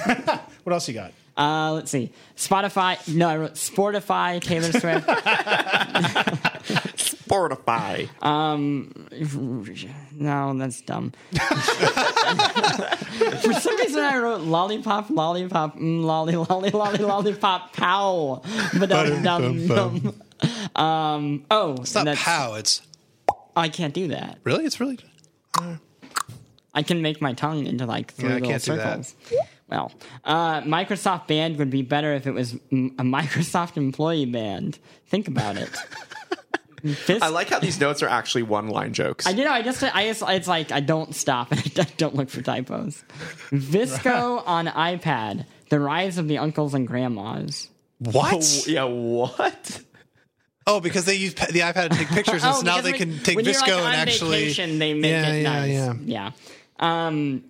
A: What else you got?
C: Uh, let's see. Spotify. No, I wrote
A: <laughs>
C: Sportify, Taylor Swift.
D: Fortify.
C: no, that's dumb. <laughs> For some reason, I wrote lollipop, lollipop, mm, lolly, lolly, lolly, lollipop, pow. But dum, dum, dum. Um, oh,
B: It's not pow. It's
C: I can't do that.
B: really. It's really.
C: I can make my tongue into like three
B: Yeah, I
C: little
B: can't do that.
C: circles. Well, uh, Microsoft band would be better if it was m- a Microsoft <laughs> employee band. Think
B: <laughs>
C: about it. Fist-
D: I like how these notes are actually one line jokes.
A: <laughs>
C: You know, I just, I just, it's like I don't stop and <laughs> I don't look for typos. Visco on iPad: The Rise of the Uncles and Grandmas.
B: What?
D: yeah, what?
B: Oh, because they use pa- the iPad to take pictures,
C: <laughs>
B: and so now
C: Oh, because
B: they
C: when-
B: can take
C: when you're,
B: Visco
C: like,
B: and
C: on
B: actually.
C: vacation, they make
B: yeah,
C: it
B: yeah,
C: nice.
B: yeah.
C: Yeah. Um,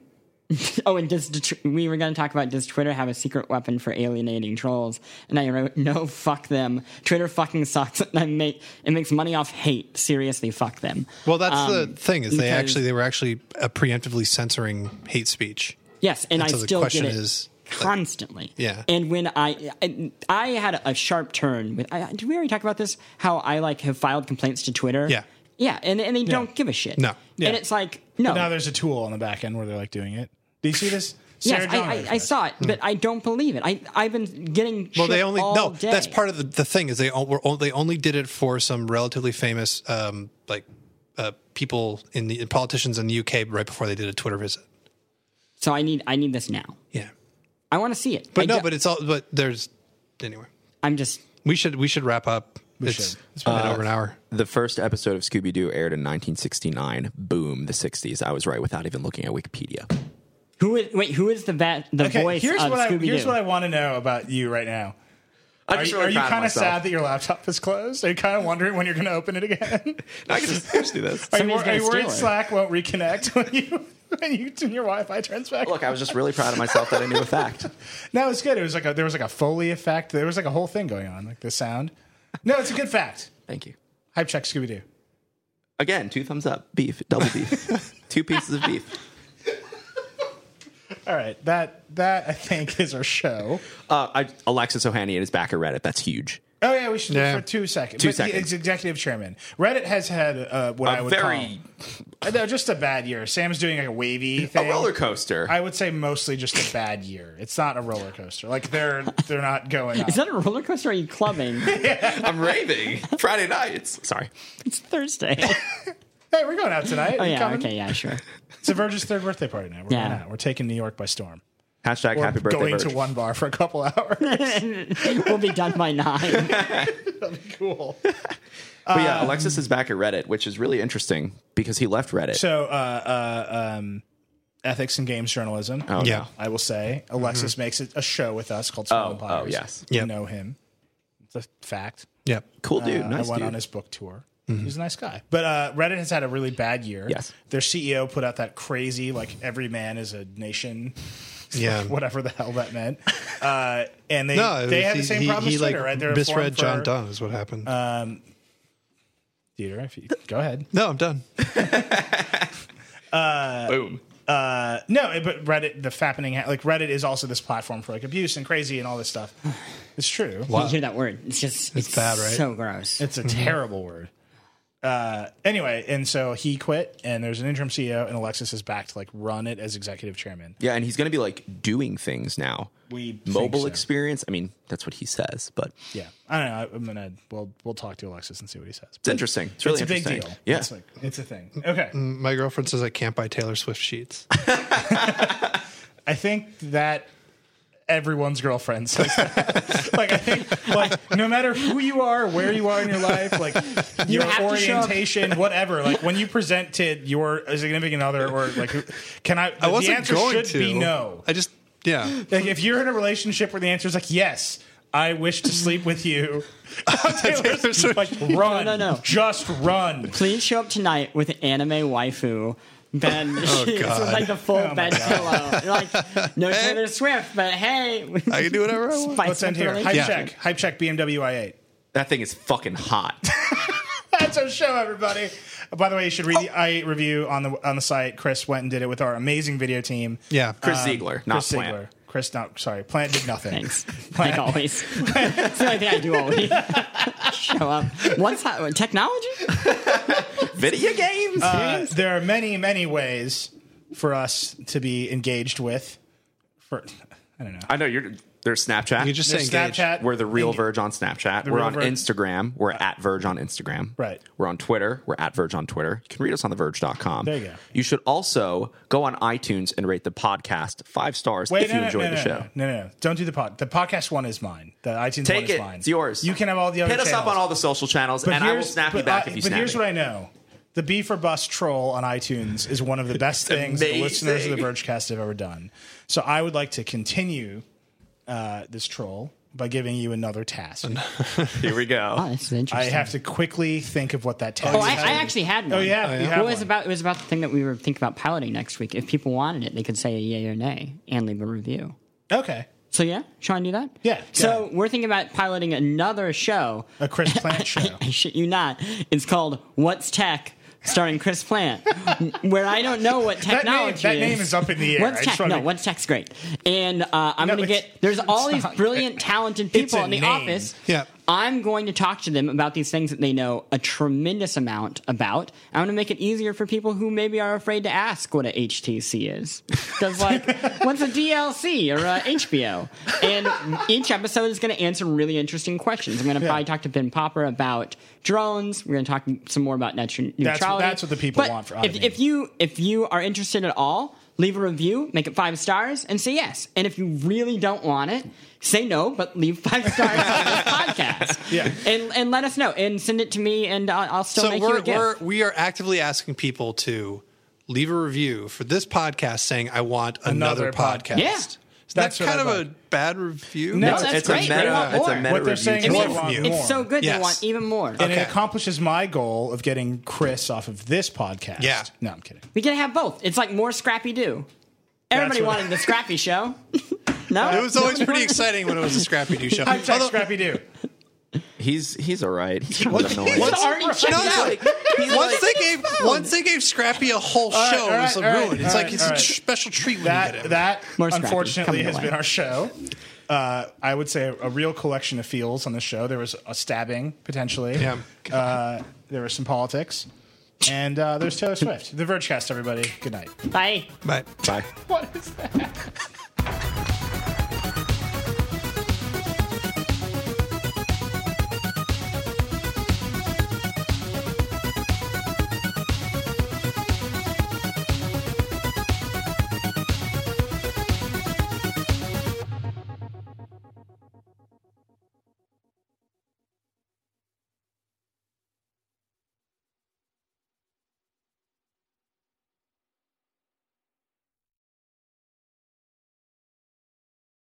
C: <laughs> oh, and does the tw- we were going to talk about does Twitter have a secret weapon for alienating trolls? And I wrote, no, fuck them. Twitter fucking sucks. <laughs> And I make it makes money off hate. Seriously, fuck them.
B: Well, that's the
C: Um,
B: thing is they
C: because-
B: actually they were actually uh, preemptively censoring hate speech.
C: Yes, and,
B: And so
C: I
B: the
C: still
B: question
C: get it
B: is, like-
C: constantly.
B: Yeah.
C: And when I, I I had a sharp turn with I, did we already talk about this? How I like have filed complaints to Twitter.
B: Yeah.
C: Yeah, and and they don't give a shit.
B: No.
A: Yeah.
C: And it's like no.
A: Now there's a tool on the back end where they're like doing it. Do you see this?
C: <laughs> Yes, I,
A: Jonger
C: I,
A: did
C: I
A: it.
C: saw it, but I don't believe it. I I've been getting
B: Well,
C: shit
B: they only
C: all
B: no.
C: Day.
B: That's part of the, the thing is they o- were o- they only did it for some relatively famous um, like uh, people in the politicians in the UK right before they did a Twitter visit.
C: So I need I need this now.
B: Yeah,
C: I want to see it.
B: but
C: I
B: no,
C: do-
B: but it's all. But there's anyway.
C: I'm just
B: We should we should wrap up. it's,
A: should.
B: it's been at over an hour.
D: The first episode of Scooby Doo aired in 1969. Boom, the 60s. I was right without even looking at Wikipedia.
C: who is wait who is the va- the
A: Okay,
C: voice
A: here's
C: of
A: what I
C: Scooby
A: here's
C: Doo?
A: what I want to know about you right now.
D: I'm
A: Are
D: just
A: you,
D: really
A: are you
D: proud
A: kind of
D: myself.
A: sad that your laptop is closed? Are you kind of wondering when you're going to open it again? <laughs>
D: I <laughs> can just, just do this.
A: Are you,
C: Somebody's
A: wor- are
C: gonna
A: you worried
C: steal it.
A: Slack won't reconnect when you <laughs> when you when your Wi-Fi turns back?
D: Look, I was just really proud of myself that I knew a fact.
A: no, it's good. It was like a, there was like a foley effect. There was like a whole thing going on, like the sound. No, it's a good fact.
D: Thank you.
A: Hype check, Scooby Doo.
D: Again, two thumbs up. Beef, double <laughs> beef. two pieces of beef.
A: All right, that that I think is our show.
D: Uh, I, Alexis Ohanian is back at Reddit. That's huge.
A: Oh yeah, we should
B: Yeah.
A: for two seconds.
D: Two
A: But he-
D: seconds.
A: It's executive chairman. Reddit has had uh, what I
D: A
A: would
D: very
A: call no, just a bad year. Sam's doing like a wavy
D: a
A: thing.
D: roller coaster.
A: I would say mostly just a bad year. It's not a roller coaster. Like they're they're not going up.
C: Is that a roller coaster? Or are
B: <laughs>
C: you clubbing?
A: <laughs>
D: I'm raving. Friday nights. Sorry.
C: it's
B: <laughs>
C: Thursday.
A: hey, we're going out tonight.
C: Oh
A: You
C: yeah.
A: coming?
C: Okay. Yeah. Sure.
A: It's the Verge's third birthday party now. We're
C: Yeah.
A: going out. We're taking New York by storm.
D: Hashtag
A: We're
D: happy birthday.
A: going
D: Verge.
A: to one bar for a couple <laughs> hours.
C: we'll be done by nine. <laughs>
A: cool.
D: But yeah,
A: Um,
D: Alexis is back at Reddit, which is really interesting because he left Reddit.
A: So, uh, uh, um, ethics and games journalism.
D: Oh,
B: Yeah.
D: no.
A: I will say, Alexis makes it a show with us called Small
D: Oh,
A: Empires.
D: oh, yes.
A: you
B: Mm-hmm. Yep.
A: know him. It's a fact.
B: Yeah.
D: Cool dude.
A: Uh,
D: nice
A: I went
D: dude.
A: on his book tour.
B: Mm-hmm.
A: He's a nice guy. But uh, Reddit has had a really bad year. E
D: Yes.
A: Their CEO put out that crazy, like, every man is a nation <laughs>
B: Yeah.
A: whatever the hell that meant. Uh, and they
B: No, it
A: they
B: was-
A: had the same problem as Twitter, right? They're a forum
B: misread John
A: for- uh,
B: Donne is what happened.
A: Dieter, if you go ahead.
B: no, I'm done. <laughs>
D: Boom.
A: No, it- but Reddit, the fappening, ha- like Reddit is also this platform for like abuse and crazy and all this stuff. It's true.
C: You hear that word? It's just it's,
B: bad, right?
C: So gross.
A: It's a terrible word. Uh, anyway, and so he quit, and there's an interim CEO, and Alexis is back to like run it as executive chairman.
D: Yeah, and he's going to be like doing things now.
A: We
D: mobile
A: think so.
D: experience. I mean, that's what he says, but it's
A: Yeah, I don't know. I- I'm gonna we'll we'll talk to Alexis and see what he says. But
D: interesting. It's really
A: it's a big
D: interesting.
A: deal.
D: Yeah.
A: it's, like, it's a thing. Okay,
B: My girlfriend says I can't buy Taylor
A: <laughs>
B: Swift sheets.
A: I think that everyone's girlfriend says that. <laughs> like I think like no matter who you are, where you are in your life,
C: <laughs>
A: like your
C: have to show up.
A: orientation, whatever. Like when you present to your significant other or like who- can I
B: I wasn't
A: the answer
B: going
A: should
B: to
A: be no.
B: I just yeah.
A: Like if you're in a relationship where the answer is like yes, I wish to sleep with you.
B: <laughs>
A: Taylor's
B: Swift.
A: like run,
C: No, no, no.
A: just run.
C: Please show up tonight with anime waifu.
B: <laughs>
C: Bed <laughs> sheets with
B: Oh, God.
C: like the full bed pillow. Like no Taylor Swift, but hey, <laughs>
B: I can do whatever
A: <laughs>
B: I want.
C: Spice
A: Let's end
C: up the
A: here. Hype
B: Yeah.
A: check. Hype check. BMW i8.
D: That thing is fucking hot.
A: That's our show, everybody. By the way, you should read the
B: Oh.
A: i8 review on the on the site. Chris went and did it with our amazing video team.
B: Yeah.
D: Chris
A: Uh,
D: Ziegler, not
A: Um, Chris
D: Plant.
A: Ziegler. Chris, not sorry. Plant did nothing. <laughs>
C: Thanks. Like always. <laughs> It's the only thing I do always. Show up. What's that? Technology?
D: Video games.
A: Uh, there are many, many ways for us to be engaged with. For I don't know.
D: I know you're. There's Snapchat.
B: You just
A: There's
B: say engage.
A: Snapchat.
D: we're the real
A: Engage.
D: Verge on Snapchat. We're
A: real
D: on
A: Verge.
D: Instagram. We're at Verge on Instagram.
A: Right.
D: We're on Twitter. We're at Verge on Twitter. You can read us on theverge.com.
A: There you go.
D: You should also go on iTunes and rate the podcast five stars
A: Wait,
D: if
A: no,
D: you
A: no,
D: enjoyed
A: no,
D: the
A: no,
D: show.
A: No, no, no, Don't do the pod. The podcast one is mine. The iTunes one
D: Take
A: is
D: it.
A: mine.
D: It's yours.
A: You can have all the other.
D: Hit us up
A: channels.
D: on all the social channels,
A: But
D: and I will
A: here's-
D: snap you
A: but
D: back
A: I-
D: if you
A: But
D: snap
A: here's
D: me.
A: what I know: the beef or bust troll on iTunes is one of
D: <laughs>
A: the best things the
D: amazing.
A: listeners of the Vergecast have ever done. So I would like to continue uh, this troll by giving you another task.
D: Here we go.
C: Oh, this is
A: I
C: interesting.
A: have to quickly think of what that task.
C: oh,
A: is.
C: I, I actually had one.
A: Oh yeah, you have
C: Well, it was
A: one.
C: about it was about the thing that we were thinking about piloting next week. If people wanted it, they could say a yay or nay and leave a review.
A: okay.
C: So yeah, Sean, do that.
A: Yeah, go
C: So
A: ahead.
C: we're thinking about piloting another show.
A: A Chris Plant
C: <laughs>
A: show.
C: I shit you not. It's called What's Tech, starring Chris Plant, <laughs> where I don't know what
A: That name,
C: technology
A: that name is up in the air. I
C: What's
A: just
C: Tech?
A: wanna
C: No,
A: be-
C: What's Tech's great. And uh, I'm
A: No,
C: going to
A: it's-
C: get, there's all
A: it's
C: these
A: not. <laughs>
C: brilliant, talented people
A: a
C: in the
A: name.
C: office.
B: Yeah.
C: I'm going to talk to them about these things that they know a tremendous amount about. I'm going to make it easier for people who maybe are afraid to ask what a HTC is.
A: <laughs>
C: Because, like, what's a DLC or a HBO? And each episode is going to answer really interesting questions. I'm going to probably talk to Ben Popper about drones. We're going to talk some more about net neutrality.
A: that's what the people
C: But
A: want for
C: if,
A: Odyssey.
C: if you if you are interested at all, leave a review, make it five stars, and say yes. And if you really don't want it, say no, but leave
A: <laughs>
C: five stars on this podcast.
A: Yeah.
C: and and let us know and send it to me, and I'll, I'll still
B: So
C: make you
B: we're,
C: a gift.
B: we're we are actively asking people to leave a review for this podcast saying I want another,
A: Another pod-
B: podcast.
C: Yeah.
B: Is
A: That's
B: that
A: what
B: kind
A: I
B: of a
A: like.
B: bad review.
A: No,
C: No, that's
D: it's,
C: great.
D: a
C: they
D: meta,
C: want
D: it's
C: more.
D: a meta
A: What they're
D: review
A: saying
D: tool.
A: is
B: more
A: they want
B: review.
A: more.
C: it's so good. They
B: Yes.
C: want even more.
A: and it
B: Okay.
A: accomplishes my goal of getting Chris off of this podcast.
B: Yeah.
A: No, I'm kidding.
C: We can have both. It's like more Scrappy Doo. Everybody
A: what-
C: wanted the
A: <laughs>
C: Scrappy Show. no,
B: It was always
C: <laughs>
B: pretty exciting when it was a Scrappy Doo show.
A: Hype check,
B: Although-
A: Scrappy Doo.
D: He's he's all right. He's kind of annoying.
C: It's
B: What's-
C: already checked
B: No,
C: out.
B: no. once they gave once they gave Scrappy a whole show,
A: right, all
B: it
A: right,
B: was a
A: all right,
B: ruin.
A: all
B: it's like
A: right,
B: it's
A: all
B: a
A: right.
B: special treat when you get
A: That
B: him.
A: that
C: More scrappy,
A: unfortunately
C: coming
A: has
C: away.
A: been our show. Uh, I would say a real collection of feels on the show. There was a stabbing potentially.
B: Yeah.
A: Uh, there was some politics, and uh, there's Taylor Swift. The Vergecast, everybody. Good night.
C: Bye.
B: Bye.
D: Bye.
A: What is that?